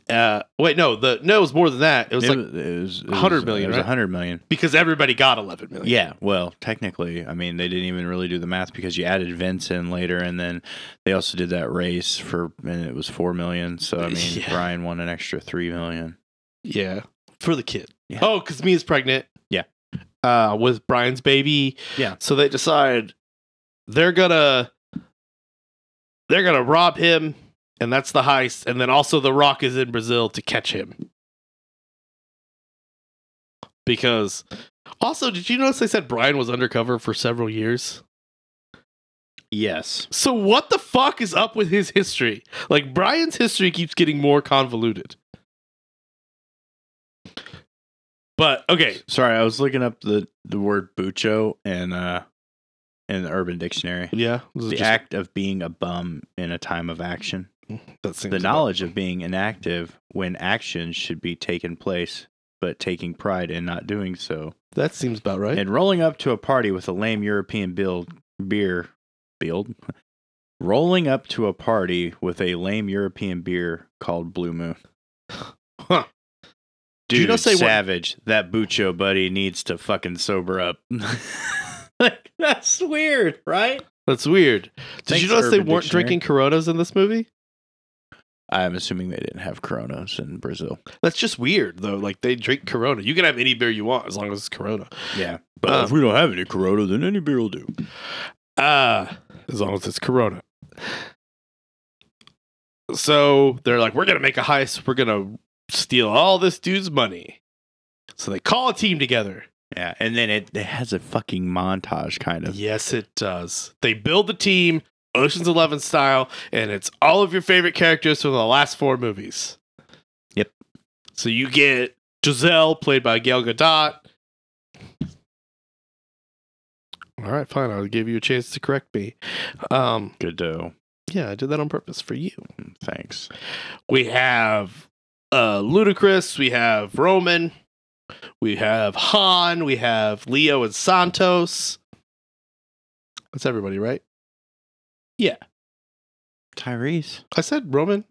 Speaker 2: Uh wait, no, the no, it was more than that. It was like
Speaker 1: it was, it
Speaker 2: 100
Speaker 1: was-
Speaker 2: million,
Speaker 1: It was
Speaker 2: right?
Speaker 1: hundred million.
Speaker 2: because everybody got eleven million.
Speaker 1: Yeah. Well, technically, I mean, they didn't even really do the math because you added Vince in later, and then they also did that race for, and it was four million. So I mean,
Speaker 2: Yeah.
Speaker 1: Brian won an extra three million.
Speaker 2: Yeah. For the kid.
Speaker 1: Yeah.
Speaker 2: Oh, because Mia's pregnant.
Speaker 1: Yeah.
Speaker 2: Uh with Brian's baby.
Speaker 1: Yeah.
Speaker 2: So they decide they're gonna they're gonna rob him, and that's the heist, and then also the rock is in Brazil to catch him. Because also, did you notice they said Brian was undercover for several years?
Speaker 1: Yes.
Speaker 2: So what the fuck is up with his history? Like Brian's history keeps getting more convoluted. But okay,
Speaker 1: Sorry, I was looking up the the word Bucho and uh in the Urban Dictionary.
Speaker 2: yeah, this is
Speaker 1: The
Speaker 2: just-
Speaker 1: act of being a bum in a time of action.
Speaker 2: that seems
Speaker 1: the
Speaker 2: about-
Speaker 1: knowledge of being inactive when actions should be taking place, but taking pride in not doing so,
Speaker 2: That seems about right.
Speaker 1: and rolling up to a party with a lame European build beer build rolling up to a party with a lame European beer called Blue Moon.
Speaker 2: Huh.
Speaker 1: Dude,
Speaker 2: you not say what-
Speaker 1: Savage, that Bucho buddy needs to fucking sober up. like, that's weird, right?
Speaker 2: That's weird. Did
Speaker 1: Thanks,
Speaker 2: you notice they
Speaker 1: Urban
Speaker 2: weren't
Speaker 1: Dictionary.
Speaker 2: drinking Coronas in this movie?
Speaker 1: I'm assuming they didn't have Coronas in Brazil.
Speaker 2: That's just weird, though. Like they drink Corona. You can have any beer you want as long as it's Corona. Um,
Speaker 1: Yeah. Uh,
Speaker 2: But if
Speaker 1: we don't have any Corona, then any beer will do.
Speaker 2: Uh, as long as it's Corona. So they're like, we're going to make a heist. We're going to steal all this dude's money. So they call a team together.
Speaker 1: Yeah. And then it, it has a fucking montage kind of.
Speaker 2: Yes, it does. They build the team, Ocean's Eleven style, and it's all of your favorite characters from the last four movies.
Speaker 1: Yep.
Speaker 2: So you get Giselle, played by Gail Gadot. All right, fine. I'll give you a chance to correct me. Um,
Speaker 1: Good dough.
Speaker 2: yeah, I did that on purpose for you.
Speaker 1: Mm, Thanks.
Speaker 2: We have uh, Ludacris. We have Roman. We have Han. We have Leo and Santos. That's everybody, right?
Speaker 1: Tyrese.
Speaker 2: I said Roman.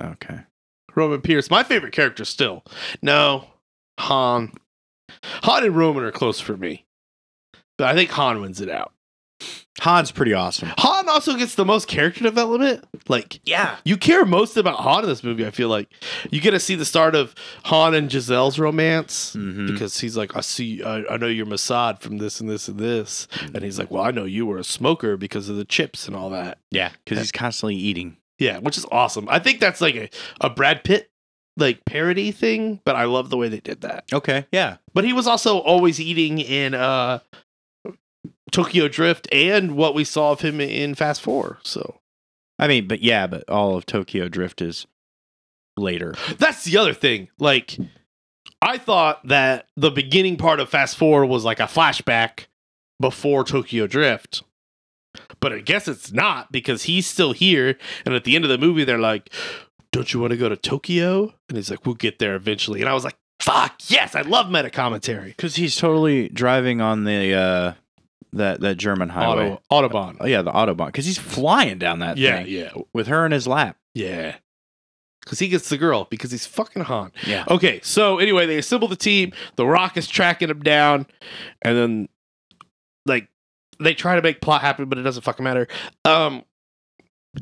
Speaker 1: Okay.
Speaker 2: Roman Pierce, my favorite character still. No, Han. Han and Roman are close for me, but I think Han wins it out.
Speaker 1: Han's pretty awesome.
Speaker 2: Han also gets the most character development. Like, yeah, you care most about Han in this movie. I feel like you get to see the start of Han and Giselle's romance.
Speaker 1: Mm-hmm.
Speaker 2: because he's like, I see, I, I know you're Mossad from this and this and this, and he's like, well, I know you were a smoker because of the chips and all that.
Speaker 1: Yeah. Because he's constantly eating.
Speaker 2: Yeah, which is awesome. I think that's like a, a Brad Pitt like parody thing, but I love the way they did that.
Speaker 1: Okay. Yeah.
Speaker 2: But he was also always eating in uh Tokyo Drift and what we saw of him in Fast Four. So
Speaker 1: I mean, but yeah, but all of Tokyo Drift is later.
Speaker 2: that's the other thing. Like, I thought that the beginning part of Fast Four was like a flashback before Tokyo Drift, but I guess it's not because he's still here. And at the end of the movie, they're like, "Don't you want to go to Tokyo?" And he's like, "We'll get there eventually." And I was like, "Fuck yes, I love meta commentary."
Speaker 1: Because he's totally driving on the uh that that German highway.
Speaker 2: Auto, Autobahn.
Speaker 1: Oh yeah, the autobahn. Because he's flying down that
Speaker 2: yeah,
Speaker 1: thing
Speaker 2: yeah,
Speaker 1: with her in his lap.
Speaker 2: yeah. Because he gets the girl because he's fucking Han.
Speaker 1: Yeah.
Speaker 2: Okay, so anyway, they assemble the team. The Rock is tracking them down, and then like they try to make plot happen, but it doesn't fucking matter. Um,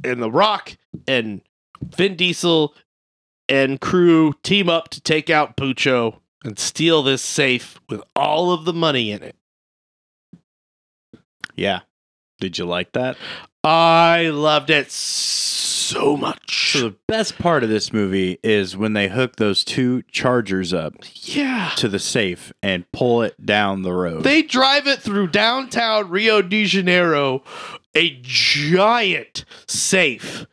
Speaker 2: and The Rock and Vin Diesel and crew team up to take out Pucho and steal this safe with all of the money in it.
Speaker 1: Yeah. Did you like that?
Speaker 2: I loved it so much.
Speaker 1: So the best part of this movie is when they hook those two chargers up
Speaker 2: yeah.
Speaker 1: to the safe and pull it down the road.
Speaker 2: They drive it through downtown Rio de Janeiro, a giant safe,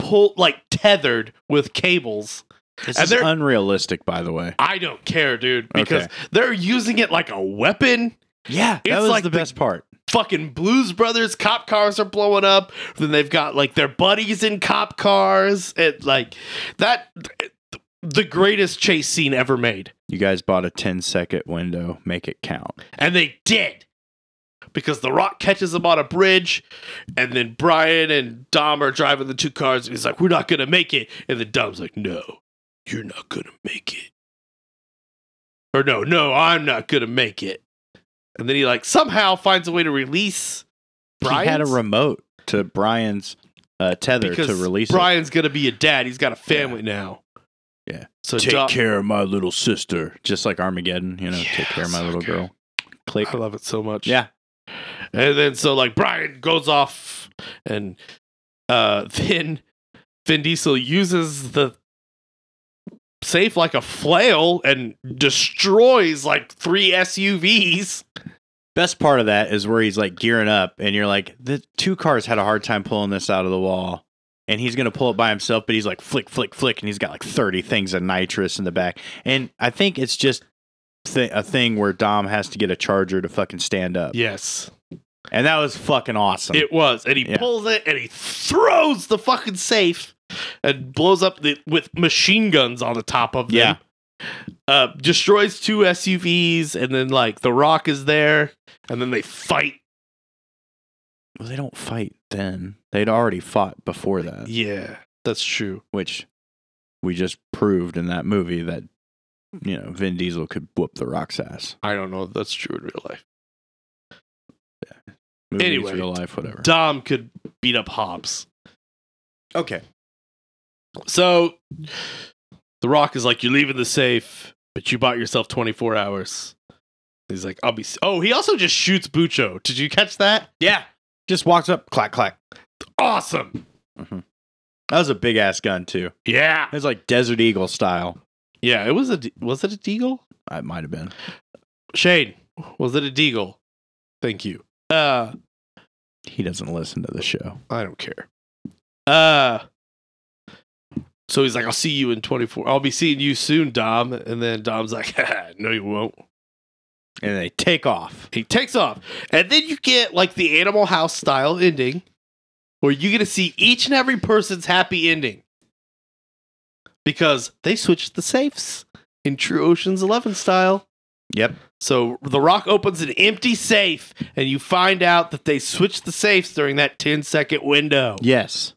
Speaker 2: pull like tethered with cables.
Speaker 1: this
Speaker 2: and
Speaker 1: is
Speaker 2: they're-
Speaker 1: unrealistic, by the way.
Speaker 2: I don't care, dude, because
Speaker 1: Okay.
Speaker 2: they're using it like a weapon.
Speaker 1: Yeah, that
Speaker 2: It's
Speaker 1: was
Speaker 2: like
Speaker 1: the
Speaker 2: the-
Speaker 1: best part.
Speaker 2: Fucking Blues Brothers cop cars are blowing up. Then they've got like their buddies in cop cars. And like that, the greatest chase scene ever made.
Speaker 1: You guys bought a 10 second window. Make it count.
Speaker 2: And they did. Because The Rock catches him on a bridge, and then Brian and Dom are driving the two cars, and he's like, We're not going to make it. And then Dom's like, No, you're not going to make it. Or, No, no, I'm not going to make it. And then he, like, somehow finds a way to release Brian.
Speaker 1: He had a remote to Brian's uh, tether
Speaker 2: because
Speaker 1: to release
Speaker 2: Brian's going to be a dad. He's got a family now.
Speaker 1: Yeah.
Speaker 2: So,
Speaker 1: it. Take
Speaker 2: Dom-
Speaker 1: care of my little sister. Just like Armageddon, you know, take care of my
Speaker 2: Yes,
Speaker 1: little
Speaker 2: okay.
Speaker 1: girl. Click.
Speaker 2: I love it so much.
Speaker 1: Yeah.
Speaker 2: And then so like Brian goes off and uh Vin Vin Diesel uses the safe like a flail and destroys like three SUVs.
Speaker 1: Best part of that is where he's like gearing up and you're like, the two cars had a hard time pulling this out of the wall. And he's gonna pull it by himself, but he's like flick, flick, flick, and he's got like thirty things of nitrous in the back. And I think it's just th- a thing where Dom has to get a charger to fucking stand up,
Speaker 2: Yes.
Speaker 1: and that was fucking awesome.
Speaker 2: It was. And he
Speaker 1: Yeah.
Speaker 2: pulls it and he throws the fucking safe and blows up the with machine guns on the top of them.
Speaker 1: Yeah.
Speaker 2: Uh destroys two SUVs and then like the rock is there and then they fight
Speaker 1: Well, they don't fight then. They'd already fought before that,
Speaker 2: Yeah, that's true.
Speaker 1: which we just proved in that movie that you know Vin Diesel could whoop the Rock's ass.
Speaker 2: I don't know if that's true in real life.
Speaker 1: Movies,
Speaker 2: Anyway,
Speaker 1: real life, whatever.
Speaker 2: Dom could beat up Hobbs.
Speaker 1: okay.
Speaker 2: So The Rock is like, You're leaving the safe, but you bought yourself 24 hours. He's like, I'll be. s- Oh, he also just shoots Bucho. Did you catch that?
Speaker 1: Yeah. Just walks up, clack clack.
Speaker 2: Awesome.
Speaker 1: That was a big ass gun too.
Speaker 2: Yeah.
Speaker 1: It was like Desert Eagle style.
Speaker 2: Yeah, it was a. D- Was it a Deagle?
Speaker 1: It might have been.
Speaker 2: Shane, was it a Deagle? Thank you. Uh,
Speaker 1: He doesn't listen to the show.
Speaker 2: I don't care. Uh, so he's like, I'll see you in 24. I'll be seeing you soon, Dom. And then Dom's like, no, you won't.
Speaker 1: And they take off.
Speaker 2: He takes off. And then you get like the Animal House style ending where you get to see each and every person's happy ending because they switched the safes in true Ocean's 11 style.
Speaker 1: Yep.
Speaker 2: So The Rock opens an empty safe and you find out that they switched the safes during that 10 second window.
Speaker 1: Yes.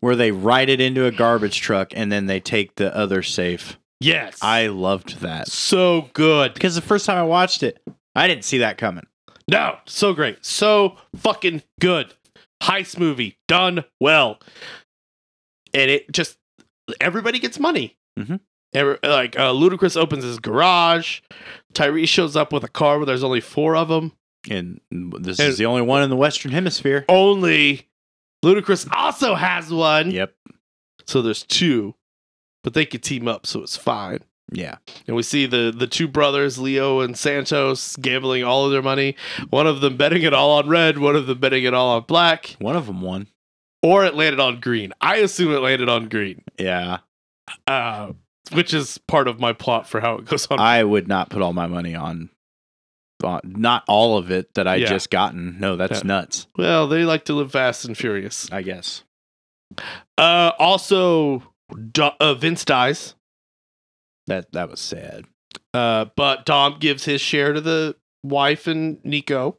Speaker 1: Where they ride it into a garbage truck and then they take the other safe.
Speaker 2: Yes.
Speaker 1: I loved that.
Speaker 2: so good.
Speaker 1: Because the first time I watched it, I didn't see that coming.
Speaker 2: No, so great. So fucking good. Heist movie done well. And it just everybody gets money.
Speaker 1: Mhm.
Speaker 2: Every- like uh, Ludacris opens his garage. Tyrese shows up with a car where there's only four of them.
Speaker 1: And this
Speaker 2: And-
Speaker 1: is the only one in the Western Hemisphere.
Speaker 2: Oh. Only Ludacris also has one.
Speaker 1: Yep.
Speaker 2: So there's two, but they could team up, so it's fine.
Speaker 1: Yeah.
Speaker 2: And we see the the two brothers, Leo and Santos, gambling all of their money. One of them betting it all on red. One of them betting it all on black.
Speaker 1: One of them won.
Speaker 2: or it landed on green. I assume it landed on green,
Speaker 1: Yeah.
Speaker 2: uh, which is part of my plot for how it goes on.
Speaker 1: I would not put all my money on, on not all of it that I
Speaker 2: Yeah.
Speaker 1: just gotten. No, that's
Speaker 2: Yeah.
Speaker 1: nuts.
Speaker 2: well, they like to live fast and furious.
Speaker 1: I guess.
Speaker 2: Uh, also, Do- uh, Vince dies,
Speaker 1: That that was sad.
Speaker 2: uh, but Dom gives his share to the wife and Nico.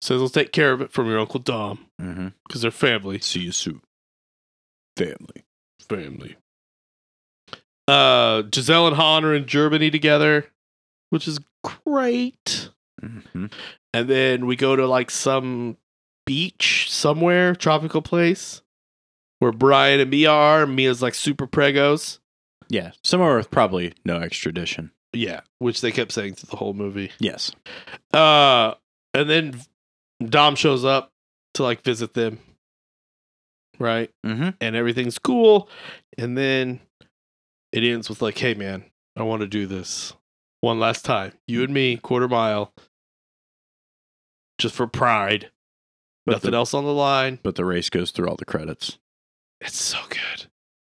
Speaker 2: Says he'll take care of it from your uncle Dom
Speaker 1: Mm-hmm.
Speaker 2: because they're family.
Speaker 1: See you soon, family.
Speaker 2: Family. Uh, Giselle and Han are in Germany together, which is great.
Speaker 1: Mm-hmm.
Speaker 2: and then we go to like some beach somewhere, tropical place, where Brian and Mia are. Mia's like super pregos.
Speaker 1: Yeah, somewhere with probably no extradition.
Speaker 2: Yeah, which they kept saying through the whole movie.
Speaker 1: Yes.
Speaker 2: Uh, and then Dom shows up to like visit them, right?
Speaker 1: Mm-hmm.
Speaker 2: And everything's cool. And then it ends with like, "Hey, man, I want to do this one last time. You and me, quarter mile, just for pride.
Speaker 1: But
Speaker 2: Nothing
Speaker 1: the-
Speaker 2: else on the line."
Speaker 1: But the race goes through all the credits.
Speaker 2: It's so good.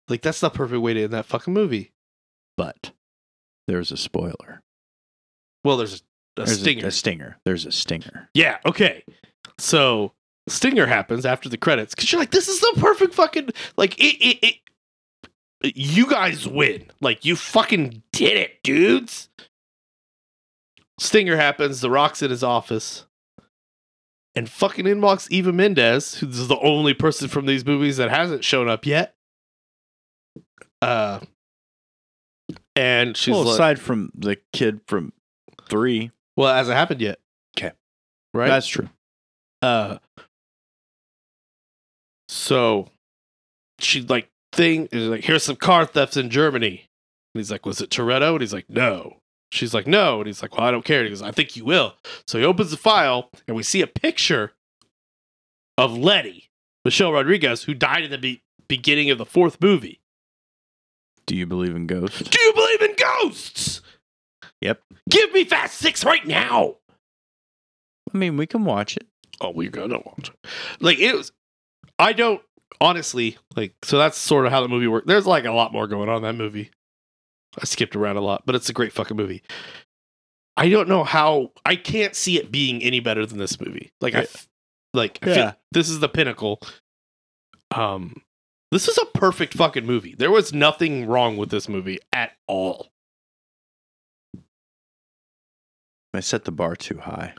Speaker 2: Like that's the perfect way to end that fucking movie.
Speaker 1: But there's a spoiler.
Speaker 2: Well, there's a, a
Speaker 1: There's
Speaker 2: stinger.
Speaker 1: a stinger. There's a stinger.
Speaker 2: yeah. Okay. So stinger happens after the credits because you're like, this is the perfect fucking like it. it, it you guys win. Like you fucking did it, dudes. Stinger happens. The Rock's in his office, and fucking in walks Eva Mendes, who's the only person from these movies that hasn't shown up yet. Uh, and she's
Speaker 1: well,
Speaker 2: like,
Speaker 1: aside from the kid from three,
Speaker 2: Well, it hasn't happened yet.
Speaker 1: 'Kay.
Speaker 2: Right?
Speaker 1: that's true.
Speaker 2: uh so she like thing is like, here's some car thefts in Germany. And he's like, Was it Toretto? And he's like, No. She's like, No. And he's like, Well, I don't care. And he goes, I think you will. So he opens the file and we see a picture of Letty, Michelle Rodriguez, who died in the be- beginning of the fourth movie.
Speaker 1: Do you believe in ghosts?
Speaker 2: Do you believe in ghosts?
Speaker 1: Yep.
Speaker 2: Give me Fast Six right now.
Speaker 1: I mean, we can watch it.
Speaker 2: oh we're gonna watch it. like it was i don't honestly like so that's sort of how the movie worked there's like a lot more going on in that movie i skipped around a lot but it's a great fucking movie i don't know how i can't see it being any better than this movie like i
Speaker 1: Yeah.
Speaker 2: f- like I feel-
Speaker 1: Yeah.
Speaker 2: this is the pinnacle um this is a perfect fucking movie there was nothing wrong with this movie at all
Speaker 1: I set the bar too high.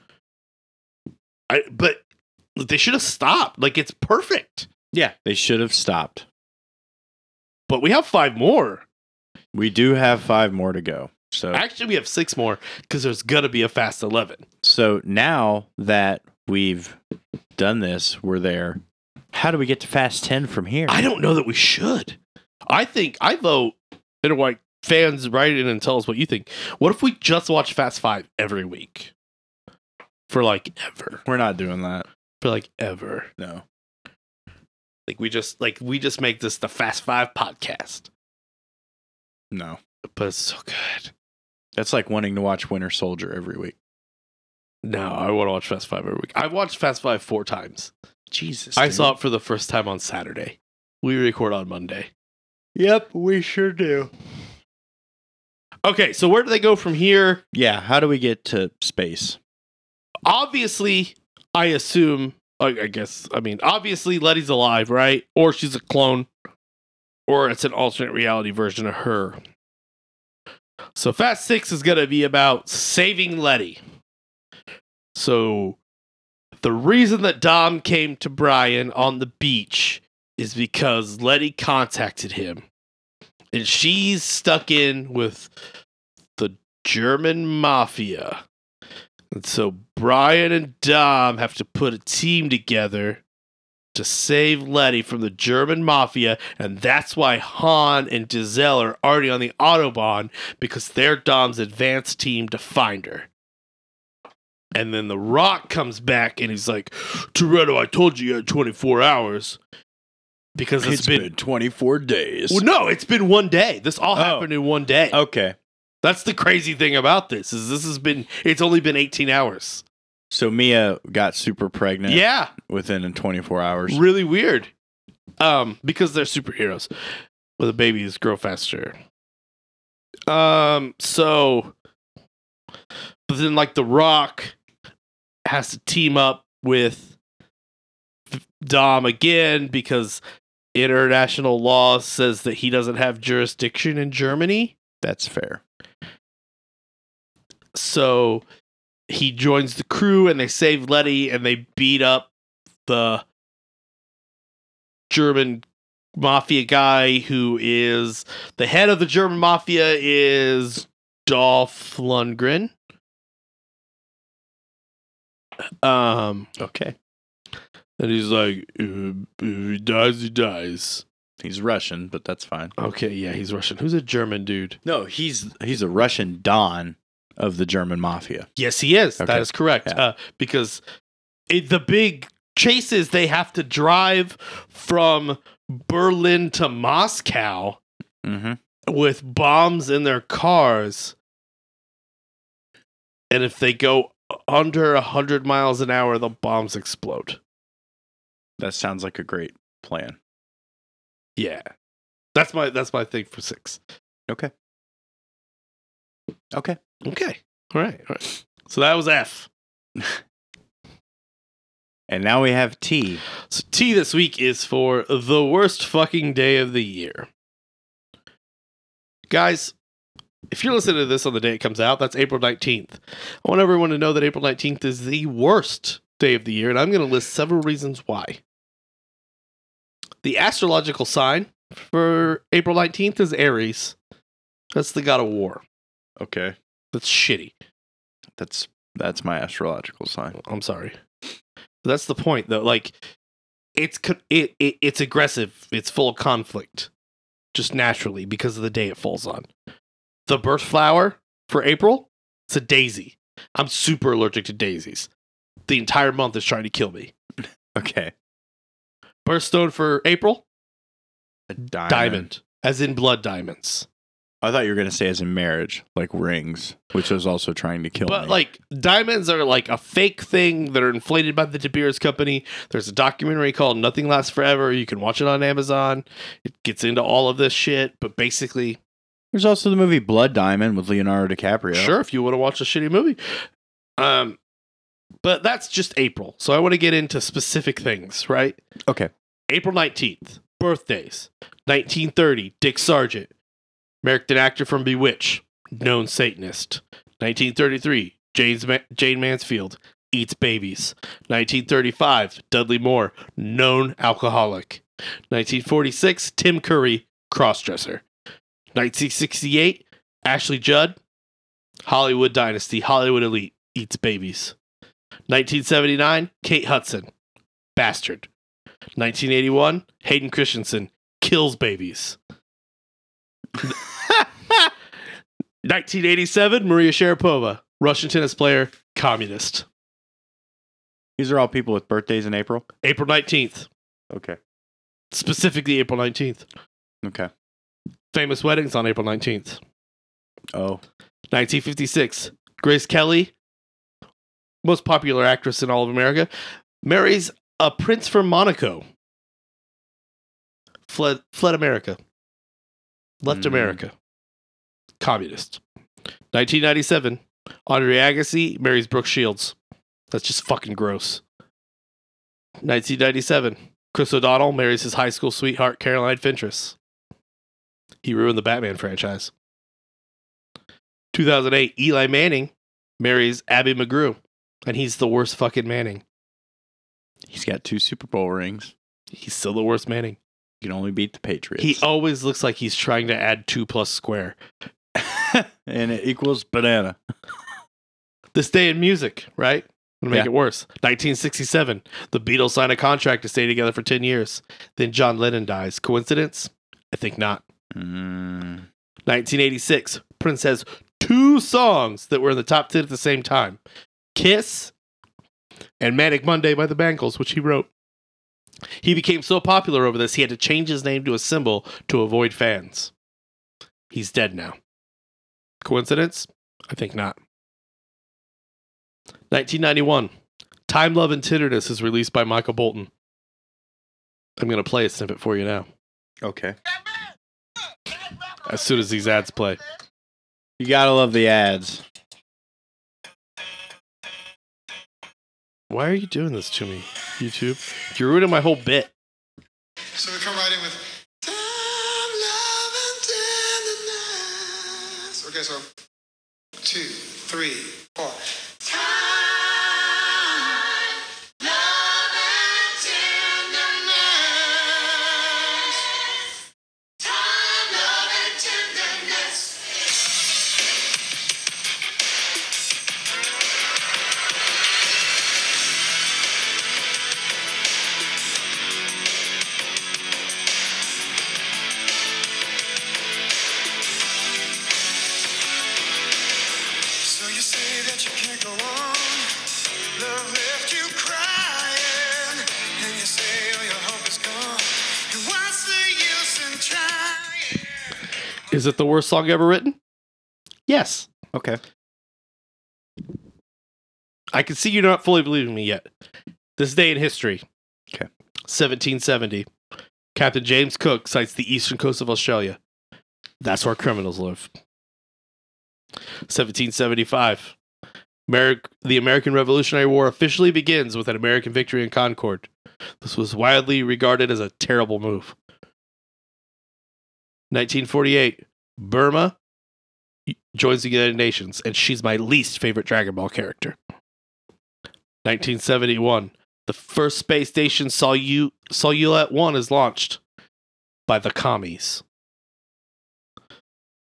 Speaker 2: I but they should have stopped. Like it's perfect.
Speaker 1: Yeah. They should have stopped.
Speaker 2: But we have five more.
Speaker 1: We do have five more to go. So
Speaker 2: Actually, we have six more because there's gonna be a fast eleven.
Speaker 1: so now that we've done this, we're there. How do we get to Fast Ten from here?
Speaker 2: I don't know that we should. I think I vote. And why fans write in and tell us what you think. What if we just watch Fast Five every week for like ever?
Speaker 1: We're not doing that.
Speaker 2: For like ever.
Speaker 1: No.
Speaker 2: Like we just like we just make this the Fast Five podcast.
Speaker 1: No.
Speaker 2: But it's so good.
Speaker 1: That's like wanting to watch Winter Soldier every week.
Speaker 2: No, I want to watch Fast Five every week. I watched Fast Five four times.
Speaker 1: Jesus.
Speaker 2: I saw it for the first time on Saturday. We record on Monday.
Speaker 1: Yep, we sure do.
Speaker 2: Okay, so where do they go from here?
Speaker 1: Yeah, how do we get to space?
Speaker 2: Obviously, I assume. I, I guess. I mean, obviously, Letty's alive, right? Or she's a clone, or it's an alternate reality version of her. So Fast Six is gonna be about saving Letty. So the reason that Dom came to Brian on the beach is because Letty contacted him. And she's stuck in with the German mafia. And so Brian and Dom have to put a team together to save Letty from the German mafia. And that's why Han and Giselle are already on the Autobahn because they're Dom's advance team to find her. And then The Rock comes back and he's like, Toretto, I told you you had 24 hours. Because it's been
Speaker 1: 24 days.
Speaker 2: well, no, it's been one day. This all
Speaker 1: Oh.
Speaker 2: happened in one day.
Speaker 1: Okay.
Speaker 2: That's the crazy thing about this is this has been it's only been 18 hours.
Speaker 1: So Mia got super pregnant
Speaker 2: Yeah,
Speaker 1: within 24 hours.
Speaker 2: really weird. Um, because they're superheroes. Well, the babies grow faster. Um, so, but then like the Rock has to team up with Dom again because international law says that he doesn't have jurisdiction in Germany.
Speaker 1: That's fair.
Speaker 2: So he joins the crew and they save Letty and they beat up the German mafia guy who is the head of the German mafia is Dolph Lundgren. Um
Speaker 1: Okay.
Speaker 2: and he's like if if he dies he dies.
Speaker 1: He's Russian, but that's fine.
Speaker 2: Okay, yeah, he's Russian. Who's a German dude?
Speaker 1: No, he's he's a Russian don of the German mafia.
Speaker 2: Yes, he is.
Speaker 1: Okay.
Speaker 2: That is correct.
Speaker 1: Yeah.
Speaker 2: Uh, because it, the big chases they have to drive from Berlin to Moscow
Speaker 1: Mm-hmm.
Speaker 2: with bombs in their cars. And if they go under 100 miles an hour, the bombs explode.
Speaker 1: That sounds like a great plan.
Speaker 2: Yeah. That's my that's my thing for 6.
Speaker 1: Okay.
Speaker 2: Okay. All right. All right. So that was F.
Speaker 1: And now we have T.
Speaker 2: So T this week is for the worst fucking day of the year. Guys, if you're listening to this on the day it comes out, that's April 19th. I want everyone to know that April 19th is the worst day of the year, and I'm going to list several reasons why. The astrological sign for April 19th is Aries. That's the god of war.
Speaker 1: Okay.
Speaker 2: That's shitty.
Speaker 1: That's that's my astrological sign.
Speaker 2: I'm sorry. That's the point, though. Like, it's co- it, it it's aggressive. It's full of conflict, just naturally because of the day it falls on. The birth flower for April, it's a daisy. I'm super allergic to daisies. The entire month is trying to kill me.
Speaker 1: Okay.
Speaker 2: Birthstone for April,
Speaker 1: A diamond.
Speaker 2: diamond, as in blood diamonds.
Speaker 1: I thought you were gonna say as in marriage, like rings, which was also trying to kill
Speaker 2: But
Speaker 1: me.
Speaker 2: like diamonds are like a fake thing that are inflated by the De Beers company. There's a documentary called Nothing Lasts Forever. You can watch it on Amazon. It gets into all of this shit, but basically,
Speaker 1: there's also the movie Blood Diamond with Leonardo DiCaprio.
Speaker 2: sure if you want to watch a shitty movie. Um but that's just April. So I want to get into specific things, right?
Speaker 1: Okay.
Speaker 2: April 19th, birthdays. 1930, Dick Sargent, American actor from Bewitch, known Satanist. 1933, James Ma- Jane Mansfield, eats babies. 1935, Dudley Moore, known alcoholic. 1946, Tim Curry, crossdresser. 1968, Ashley Judd, Hollywood dynasty, Hollywood elite, eats babies. 1979, Kate Hudson, bastard. 1981, Hayden Christensen, kills babies. 1987, Maria Sharapova, Russian tennis player, communist.
Speaker 1: These are all people with birthdays in April.
Speaker 2: April 19th,
Speaker 1: Okay.
Speaker 2: specifically April 19th.
Speaker 1: Okay.
Speaker 2: Famous weddings on April 19th.
Speaker 1: Oh.
Speaker 2: 1956, Grace Kelly, most popular actress in all of America, marries a prince from Monaco. Fled, fled America. Left
Speaker 1: Mm.
Speaker 2: America. Communist. 1997, Andre Agassi marries Brooke Shields. That's just fucking gross. 1997, Chris O'Donnell marries his high school sweetheart, Caroline Fentress. He ruined the Batman franchise. 2008, Eli Manning marries Abby McGrew, and he's the worst fucking Manning.
Speaker 1: He's got two Super Bowl rings.
Speaker 2: He's still the worst Manning.
Speaker 1: He can only beat the Patriots.
Speaker 2: He always looks like he's trying to add two plus square.
Speaker 1: and it equals banana.
Speaker 2: This day in music, right? I'm gonna make
Speaker 1: Yeah.
Speaker 2: it worse. 1967, the Beatles sign a contract to stay together for 10 years. Then John Lennon dies. Coincidence? I think not.
Speaker 1: Mm.
Speaker 2: 1986, Prince has two songs that were in the top 10 at the same time Kiss and Manic Monday by the Bangles, which he wrote. He became so popular over this, he had to change his name to a symbol to avoid fans. He's dead now. Coincidence? I think not. 1991, Time, Love, and Tenderness is released by Michael Bolton. I'm going to play a snippet for you now
Speaker 1: Okay.
Speaker 2: as soon as these ads play.
Speaker 1: You gotta love the ads.
Speaker 2: Why are you doing this to me, YouTube? You're ruining my whole bit.
Speaker 3: So we come right in with time, love, and tenderness. Okay, so two, three, four. Time, love, and tenderness. Time, love, and tenderness. So you say that you can't go on. Love left you crying. And you say all your hope is gone. And what's the use in trying?
Speaker 2: Is it the worst song ever written? Yes.
Speaker 1: Okay.
Speaker 2: I can see you're not fully believing me yet. This day in history.
Speaker 1: Okay.
Speaker 2: 1770. Captain James Cook sights the eastern coast of Australia. That's where criminals live. 1775. Ameri- the American Revolutionary War officially begins with an American victory in Concord. This was widely regarded as a terrible move. 1948. Burma joins the United Nations, and she's my least favorite Dragon Ball character. 1971. The first space station Solu- Solulet 1 is launched by the commies.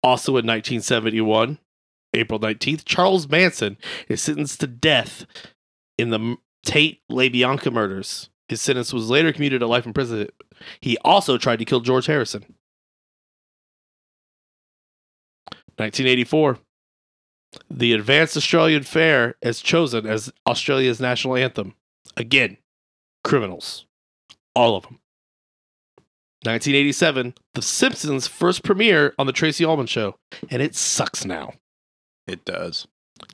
Speaker 2: Also in 1971, April 19th, Charles Manson is sentenced to death in the M- Tate LaBianca murders. His sentence was later commuted to life imprisonment. He also tried to kill George Harrison. 1984. The Advanced Australian Fair is chosen as Australia's national anthem. Again, criminals. All of them. 1987, The Simpsons first premiere on The Tracy Ullman Show, and it sucks now.
Speaker 1: It does.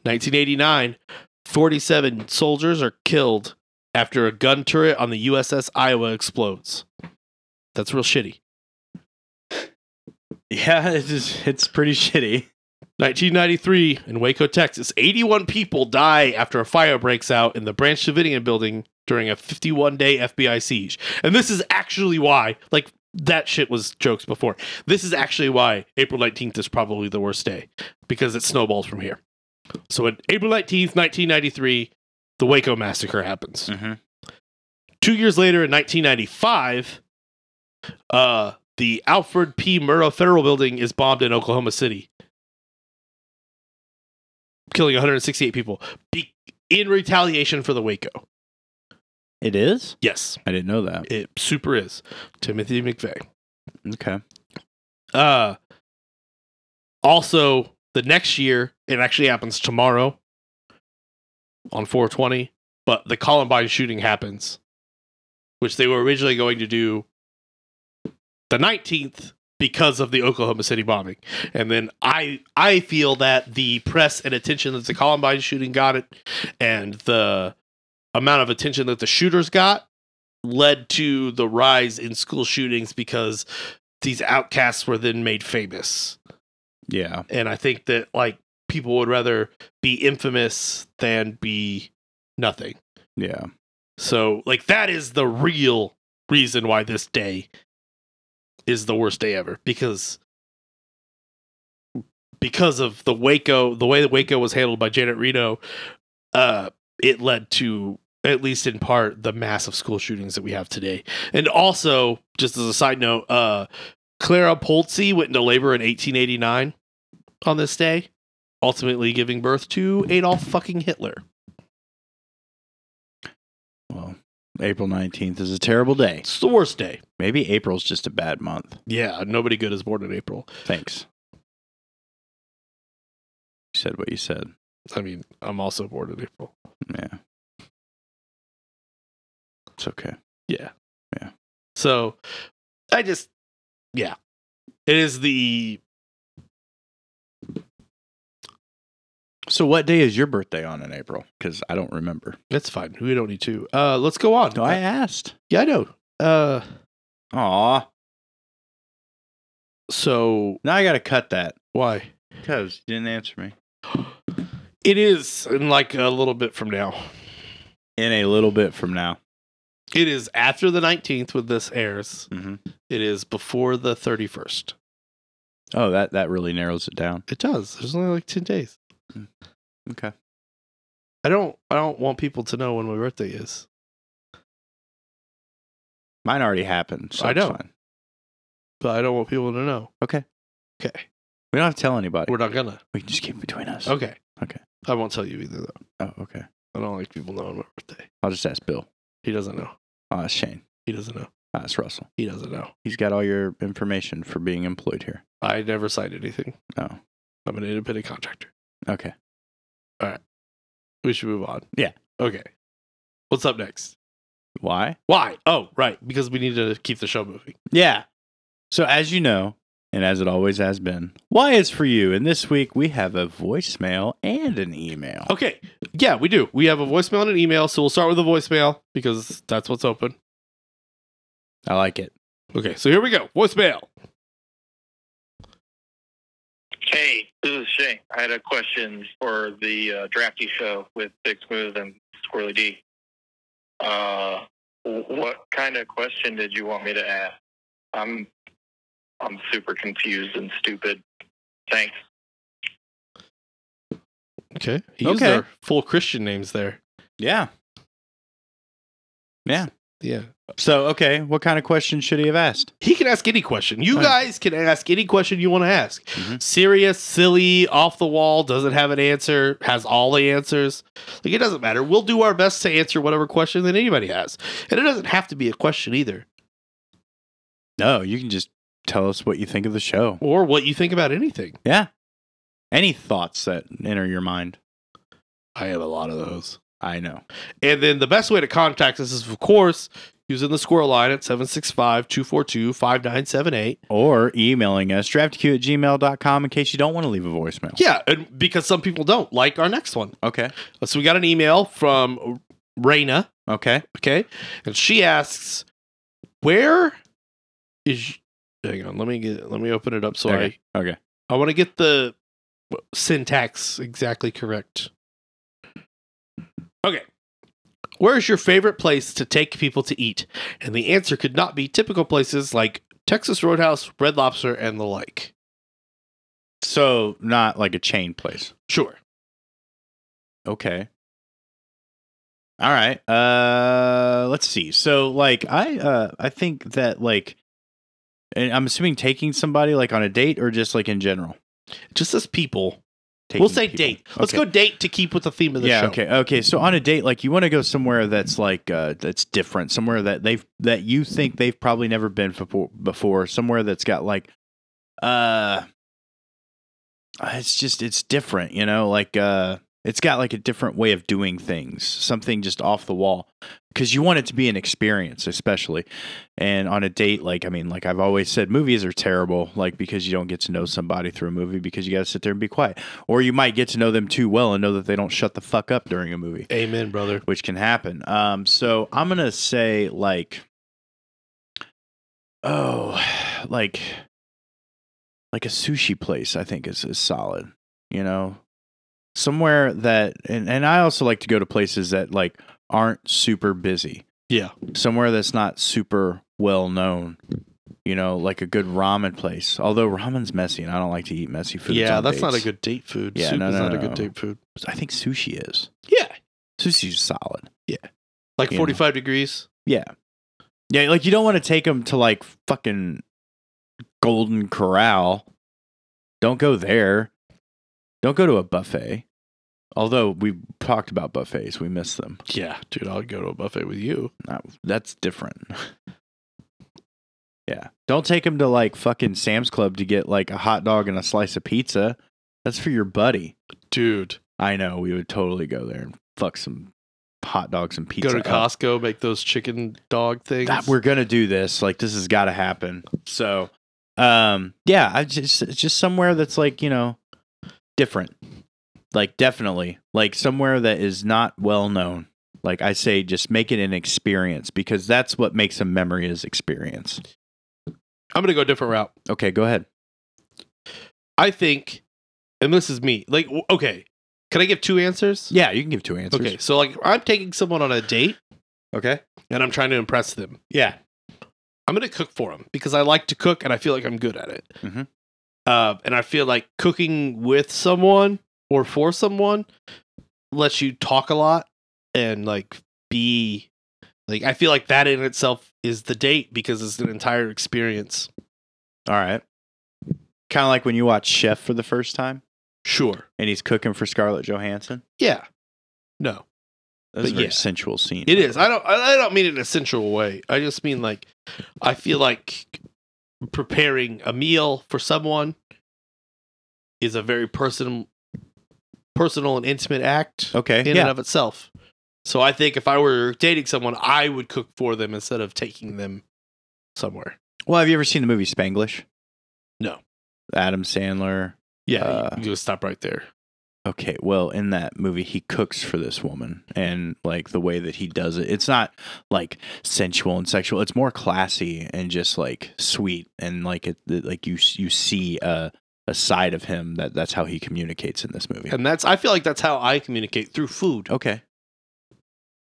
Speaker 2: 1989, 47 soldiers are killed after a gun turret on the USS Iowa explodes. That's real shitty.
Speaker 1: Yeah, it's just, it's pretty shitty.
Speaker 2: 1993 in Waco, Texas, 81 people die after a fire breaks out in the Branch Davidian building during a 51 day FBI siege. And this is actually why, like, that shit was jokes before. This is actually why April 19th is probably the worst day because it snowballs from here. So, on April 19th, 1993, the Waco massacre happens.
Speaker 1: Mm-hmm.
Speaker 2: Two years later, in 1995, uh, the Alfred P. Murrah Federal Building is bombed in Oklahoma City, killing 168 people be- in retaliation for the Waco.
Speaker 1: It is.
Speaker 2: Yes,
Speaker 1: I didn't know that.
Speaker 2: it super is. Timothy McVeigh.
Speaker 1: Okay.
Speaker 2: Uh, also, the next year, it actually happens tomorrow on 420, but the Columbine shooting happens, which they were originally going to do the 19th because of the Oklahoma City bombing. And then I I feel that the press and attention that the Columbine shooting got it and the amount of attention that the shooters got led to the rise in school shootings because these outcasts were then made famous.
Speaker 1: Yeah.
Speaker 2: And I think that like people would rather be infamous than be nothing.
Speaker 1: Yeah.
Speaker 2: So like that is the real reason why this day is the worst day ever because because of the Waco, the way that Waco was handled by Janet Reno, uh, it led to at least in part the massive school shootings that we have today. And also, just as a side note, uh, Clara Poltsy went into labor in 1889 on this day, ultimately giving birth to Adolf fucking Hitler.
Speaker 1: Well, April nineteenth is a terrible day.
Speaker 2: It's the worst day.
Speaker 1: Maybe April's just a bad month.
Speaker 2: Yeah, nobody good is born in April.
Speaker 1: Thanks. You said what you said.
Speaker 2: I mean, I'm also bored in April.
Speaker 1: Yeah. It's okay.
Speaker 2: Yeah.
Speaker 1: Yeah.
Speaker 2: So I just, yeah. It is the,
Speaker 1: So, what day is your birthday on in April? Because I don't remember.
Speaker 2: that's fine. We don't need to. Uh, let's go on.
Speaker 1: No, I asked.
Speaker 2: yeah, I know. Uh,
Speaker 1: Aw.
Speaker 2: so
Speaker 1: Now I got to cut that
Speaker 2: why?
Speaker 1: because you didn't answer me.
Speaker 2: It is in like a little bit from now.
Speaker 1: In a little bit from now.
Speaker 2: It is after the 19th when this airs.
Speaker 1: Mhm.
Speaker 2: It is before the 31st.
Speaker 1: Oh, that, that really narrows it down.
Speaker 2: It does. There's only like 10 days.
Speaker 1: Okay.
Speaker 2: I don't, I don't want people to know when my birthday is.
Speaker 1: Mine already happened. So
Speaker 2: I
Speaker 1: it's
Speaker 2: know.
Speaker 1: fine.
Speaker 2: But I don't want people to know.
Speaker 1: Okay.
Speaker 2: Okay.
Speaker 1: We don't have to tell anybody.
Speaker 2: We're not gonna.
Speaker 1: we can just keep it between us.
Speaker 2: Okay.
Speaker 1: Okay.
Speaker 2: I won't tell you either though.
Speaker 1: Oh, okay.
Speaker 2: I don't like people knowing my birthday.
Speaker 1: I'll just ask Bill.
Speaker 2: He doesn't know.
Speaker 1: I'll ask Shane.
Speaker 2: He doesn't know.
Speaker 1: I'll ask Russell.
Speaker 2: He doesn't know.
Speaker 1: He's got all your information for being employed here.
Speaker 2: I never signed anything.
Speaker 1: Oh,
Speaker 2: I'm an independent contractor.
Speaker 1: okay.
Speaker 2: We should move on.
Speaker 1: Yeah.
Speaker 2: Okay. What's up next?
Speaker 1: Why?
Speaker 2: Why? Oh, right. Because we need to keep the show moving.
Speaker 1: Yeah. So, as you know, and as it always has been, why is for you. And this week we have a voicemail and an email.
Speaker 2: Okay. Yeah, we do. We have a voicemail and an email, so we'll start with a voicemail because that's what's open.
Speaker 1: I like it.
Speaker 2: Okay, so here we go. Voicemail.
Speaker 4: Hey, this is Shane. I had a question for the uh, Drafty Show with Big Smooth and Squirrely D. Uh, wh- what kind of question did you want me to ask? I'm I'm super confused and stupid. Thanks.
Speaker 2: Okay. He used
Speaker 1: Okay.
Speaker 2: their full Christian names there.
Speaker 1: Yeah.
Speaker 2: Yeah.
Speaker 1: So, okay, what kind of question should he have asked?
Speaker 2: He can ask any question. You
Speaker 1: Right.
Speaker 2: guys can ask any question you want to ask.
Speaker 1: Mhm.
Speaker 2: Serious, silly, off the wall, doesn't have an answer, has all the answers. Like it doesn't matter. We'll do our best to answer whatever question that anybody has. And it doesn't have to be a question either.
Speaker 1: No, you can just tell us what you think of the show.
Speaker 2: Or what you think about anything.
Speaker 1: Yeah. Any thoughts that enter your mind?
Speaker 2: I have a lot of those.
Speaker 1: I know.
Speaker 2: And then the best way to contact us is of course using the squirrel line at 765-242-5978.
Speaker 1: Or emailing us, draftq at gmail.com, in case you don't want to leave a voicemail.
Speaker 2: Yeah, and because some people don't like our next one.
Speaker 1: Okay.
Speaker 2: So we got an email from Raina.
Speaker 1: Okay.
Speaker 2: Okay. And she asks, where is hang on, let me get let me open it up so
Speaker 1: Okay. Okay.
Speaker 2: I I want to get the syntax exactly correct. Okay. Where is your favorite place to take people to eat? And the answer could not be typical places like Texas Roadhouse, Red Lobster, and the like.
Speaker 1: So, not like a chain place.
Speaker 2: Sure.
Speaker 1: Okay. All right. Uh let's see. So like I uh I think that like and I'm assuming taking somebody like on a date or just like in general.
Speaker 2: Just as people.
Speaker 1: Taking
Speaker 2: we'll say
Speaker 1: people.
Speaker 2: date. Let's
Speaker 1: Okay.
Speaker 2: go date to keep with the theme of the
Speaker 1: yeah,
Speaker 2: show.
Speaker 1: okay. Okay. So on a date like you want to go somewhere that's like uh that's different, somewhere that they've that you think they've probably never been before, before somewhere that's got like uh it's just it's different, you know, like uh it's got like a different way of doing things, something just off the wall because you want it to be an experience, especially. And on a date, like, I mean, like I've always said, movies are terrible, like, because you don't get to know somebody through a movie because you got to sit there and be quiet. Or you might get to know them too well and know that they don't shut the fuck up during a movie,
Speaker 2: Amen, brother.
Speaker 1: which can happen. Um, so I'm going to say, like, oh, like, like a sushi place, I think is, is solid, you know? Somewhere that, and, and I also like to go to places that, like, aren't super busy
Speaker 2: Yeah.
Speaker 1: somewhere that's not super well known. You know, like a good ramen place. Although ramen's messy, and I don't like to eat messy food.
Speaker 2: yeah,
Speaker 1: on
Speaker 2: that's not a
Speaker 1: dates.
Speaker 2: good date food.
Speaker 1: Yeah,
Speaker 2: Soup
Speaker 1: no,
Speaker 2: is
Speaker 1: no,
Speaker 2: not a
Speaker 1: no.
Speaker 2: good date food.
Speaker 1: I think sushi is.
Speaker 2: Yeah.
Speaker 1: Sushi's solid.
Speaker 2: Like
Speaker 1: You know.
Speaker 2: 45 degrees.
Speaker 1: Yeah, yeah. Like you don't want to take them to like fucking Golden Corral. Don't go there. Don't go to a buffet. Although we talked about buffets, we miss them.
Speaker 2: Yeah, dude, I'll go to a buffet with you.
Speaker 1: Not, that's different. yeah. Don't take him to like fucking Sam's Club to get like a hot dog and a slice of pizza. That's for your buddy.
Speaker 2: Dude,
Speaker 1: I know we would totally go there and fuck some hot dogs and pizza.
Speaker 2: go to
Speaker 1: up.
Speaker 2: Costco, make those chicken dog things.
Speaker 1: That- we're gonna do this. Like this has got to happen. So, um, yeah, I just it's just somewhere that's like you know different. Like definitely, like somewhere that is not well known. Like I say, just make it an experience because that's what makes a memory is experience.
Speaker 2: I'm going to go a different route.
Speaker 1: Okay, go ahead.
Speaker 2: I think, and this is me, like, w- okay, can I give two answers?
Speaker 1: Yeah, you can give two answers.
Speaker 2: Okay, so like I'm taking someone on a date
Speaker 1: Okay.
Speaker 2: and I'm trying to impress them.
Speaker 1: Yeah.
Speaker 2: I'm going to cook for them because I like to cook and I feel like I'm good at it.
Speaker 1: Mhm.
Speaker 2: Uh, and I feel like cooking with someone or for someone lets you talk a lot and like be like, I feel like that in itself is the date because it's an entire experience.
Speaker 1: All right. Kind of like when you watch Chef for the first time
Speaker 2: Sure.
Speaker 1: and he's cooking for Scarlett Johansson.
Speaker 2: Yeah. No,
Speaker 1: That's a
Speaker 2: But
Speaker 1: very
Speaker 2: yeah.
Speaker 1: sensual scene.
Speaker 2: it is. I don't, I I don't mean it in a sensual way. I just mean like, I feel like preparing a meal for someone is a very personal, personal and intimate act.
Speaker 1: Okay.
Speaker 2: in
Speaker 1: yeah.
Speaker 2: and of itself. So I think if I were dating someone, I would cook for them instead of taking them somewhere.
Speaker 1: Well, have you ever seen the movie Spanglish?
Speaker 2: No.
Speaker 1: Adam Sandler.
Speaker 2: Yeah,
Speaker 1: Uh,
Speaker 2: you, you just stop right there.
Speaker 1: Okay, well, in that movie, he cooks for this woman, and like the way that he does it, it's not like sensual and sexual. It's more classy and just like sweet, and like it, it- like you you see a a side of him that that's how he communicates in this movie.
Speaker 2: And that's I feel like that's how I communicate through food.
Speaker 1: Okay,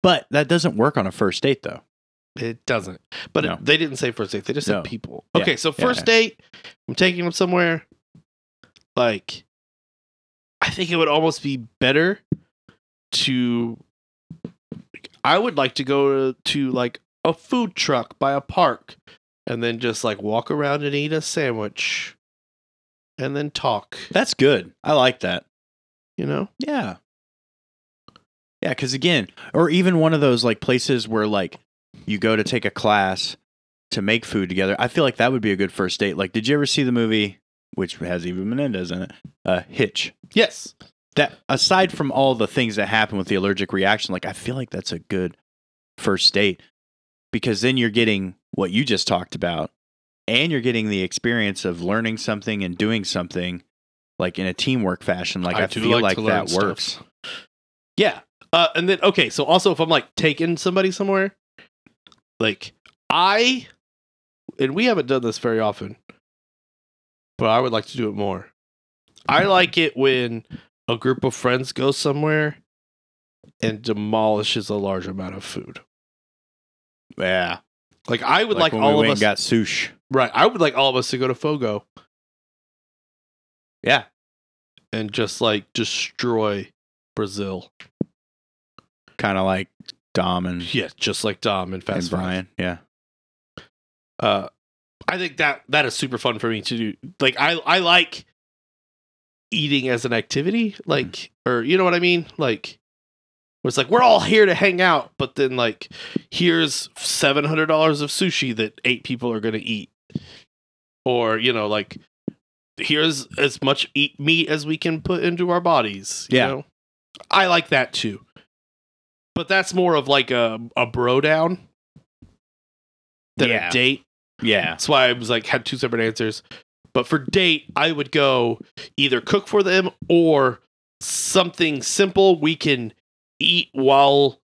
Speaker 1: but that doesn't work on a first date, though.
Speaker 2: It doesn't. But
Speaker 1: No.
Speaker 2: it, they didn't say first date. They just said
Speaker 1: No.
Speaker 2: people.
Speaker 1: Yeah,
Speaker 2: Okay, so
Speaker 1: yeah,
Speaker 2: first
Speaker 1: yeah.
Speaker 2: date, I'm taking them somewhere. Like I think it would almost be better to I would like to go to, to like a food truck by a park and then just like walk around and eat a sandwich and then talk,
Speaker 1: That's good. I like that.
Speaker 2: you know?
Speaker 1: Yeah. Yeah, because again, or even one of those like places where like you go to take a class to make food together. I feel like that would be a good first date. Like, did you ever see the movie, which has Eva Menendez in it, uh, Hitch?
Speaker 2: Yes.
Speaker 1: That aside from all the things that happen with the allergic reaction, like I feel like that's a good first date because then you're getting what you just talked about, and you're getting the experience of learning something and doing something like in a teamwork fashion. Like I,
Speaker 2: do
Speaker 1: feel like,
Speaker 2: to learn
Speaker 1: that
Speaker 2: stuff.
Speaker 1: works.
Speaker 2: Yeah. Uh, and then okay, so also if I'm like taking somebody somewhere, like I, and we haven't done this very often, but I would like to do it more. I like it when a group of friends goes somewhere and demolishes a large amount of food.
Speaker 1: Yeah,
Speaker 2: Like I would like,
Speaker 1: when we
Speaker 2: all
Speaker 1: went
Speaker 2: of
Speaker 1: and
Speaker 2: us,
Speaker 1: got sush.
Speaker 2: right? I would like all of us to go to Fogo
Speaker 1: Yeah,
Speaker 2: and just like destroy Brazil.
Speaker 1: kind of like Dom and,
Speaker 2: Yeah, just like Dom and
Speaker 1: and
Speaker 2: Fast Five.
Speaker 1: Brian. Yeah.
Speaker 2: uh i think that that is super fun for me to do like i i like eating as an activity
Speaker 1: Hmm.
Speaker 2: like or you know what i mean like where it's like we're all here to hang out but then like here's $700 of sushi that eight people are going to eat or you know like here's as much eat meat as we can put into our bodies you
Speaker 1: Yeah.
Speaker 2: know? i like that too but that's more of like a, a bro down than
Speaker 1: Yeah.
Speaker 2: a date
Speaker 1: Yeah.
Speaker 2: that's why I was like had two separate answers. But for date, I would go either cook for them or something simple we can eat while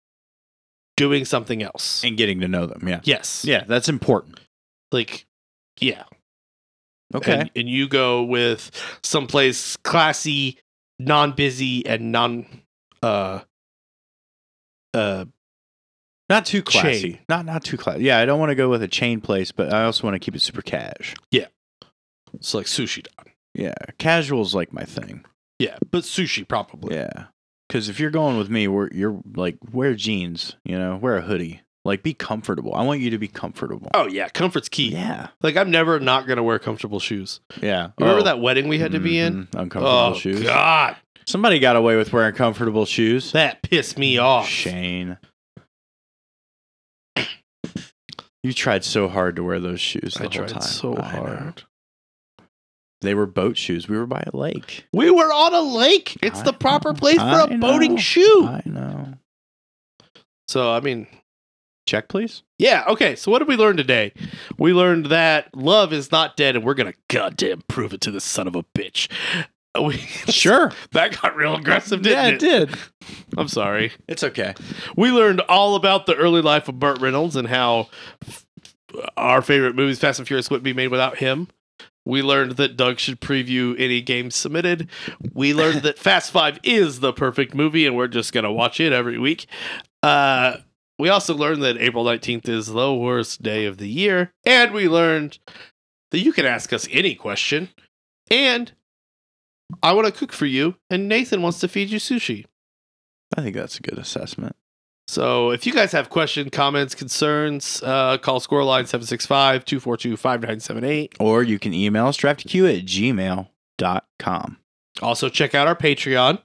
Speaker 2: doing something else.
Speaker 1: And getting to know them. Yeah.
Speaker 2: Yes.
Speaker 1: Yeah. That's important.
Speaker 2: Like yeah.
Speaker 1: Okay.
Speaker 2: And, and you go with someplace classy, non-busy and non uh uh
Speaker 1: not too classy.
Speaker 2: chain.
Speaker 1: Not not too classy. Yeah. I don't want to go with a chain place, but I also want to keep it super cash.
Speaker 2: so like sushi. Don.
Speaker 1: Yeah. Casual's like my thing.
Speaker 2: Yeah, but sushi probably.
Speaker 1: Yeah. Because if you're going with me, we're, you're like, wear jeans, you know, wear a hoodie. Like, be comfortable. I want you to be comfortable.
Speaker 2: Oh yeah, comfort's key.
Speaker 1: Yeah.
Speaker 2: Like I'm never not going to wear comfortable shoes.
Speaker 1: Yeah.
Speaker 2: Remember
Speaker 1: Oh.
Speaker 2: that wedding we had to be
Speaker 1: Mhm.
Speaker 2: in?
Speaker 1: Uncomfortable
Speaker 2: Oh
Speaker 1: shoes.
Speaker 2: god.
Speaker 1: Somebody got away with wearing comfortable shoes.
Speaker 2: That pissed me
Speaker 1: Mm,
Speaker 2: off.
Speaker 1: Shane. You tried so hard to wear those shoes. The
Speaker 2: I
Speaker 1: whole
Speaker 2: tried
Speaker 1: time.
Speaker 2: so
Speaker 1: I know.
Speaker 2: hard.
Speaker 1: They were boat shoes. We were by a lake.
Speaker 2: We were on a lake. It's
Speaker 1: I
Speaker 2: the proper
Speaker 1: know.
Speaker 2: place for
Speaker 1: I
Speaker 2: a boating
Speaker 1: know.
Speaker 2: shoe.
Speaker 1: I know.
Speaker 2: so, I mean,
Speaker 1: Check, please.
Speaker 2: yeah, okay. So, what did we learn today? We learned that love is not dead, and we're going to goddamn prove it to this son of a bitch. We,
Speaker 1: Sure.
Speaker 2: that got real aggressive, didn't
Speaker 1: yeah,
Speaker 2: it?
Speaker 1: it did.
Speaker 2: I'm sorry.
Speaker 1: It's okay.
Speaker 2: We learned all about the early life of Burt Reynolds and how f- our favorite movies, Fast and Furious, wouldn't be made without him. We learned that Doug should preview any game submitted. We learned that Fast Five is the perfect movie, and we're just gonna watch it every week. Uh, we also learned that April nineteenth is the worst day of the year, and we learned that you can ask us any question. And I want to cook for you, and Nathan wants to feed you sushi.
Speaker 1: I think that's a good assessment.
Speaker 2: So if you guys have questions, comments, concerns, uh, call scoreline 765-242-5978.
Speaker 1: Or you can email us draftq at gmail.com.
Speaker 2: Also check out our Patreon.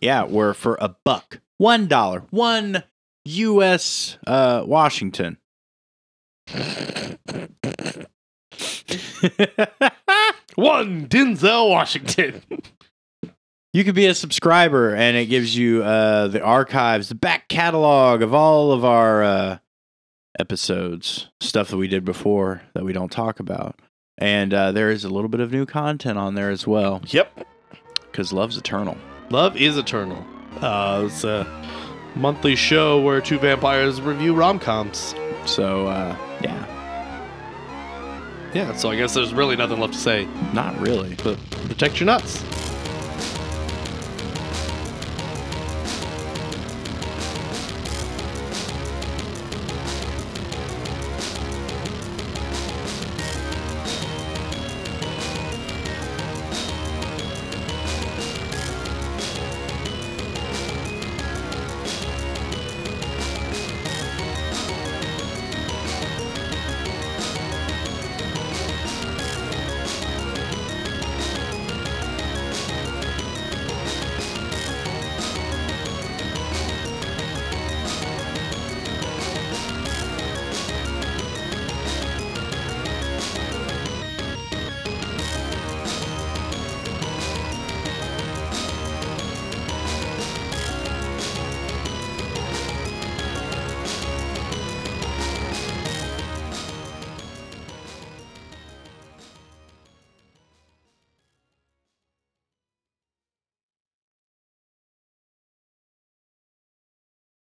Speaker 1: Yeah, we're for a buck. One dollar. One US uh Washington.
Speaker 2: One Denzel Washington.
Speaker 1: You could be a subscriber, and it gives you uh, the archives, the back catalog of all of our uh, episodes, stuff that we did before that we don't talk about. And uh, there is a little bit of new content on there as well,
Speaker 2: yep.
Speaker 1: because love's eternal.
Speaker 2: Love is Eternal. Uh, it's a monthly show where two vampires review rom-coms.
Speaker 1: So, uh, yeah,
Speaker 2: Yeah, so I guess there's really nothing left to say.
Speaker 1: not really.
Speaker 2: But protect your nuts.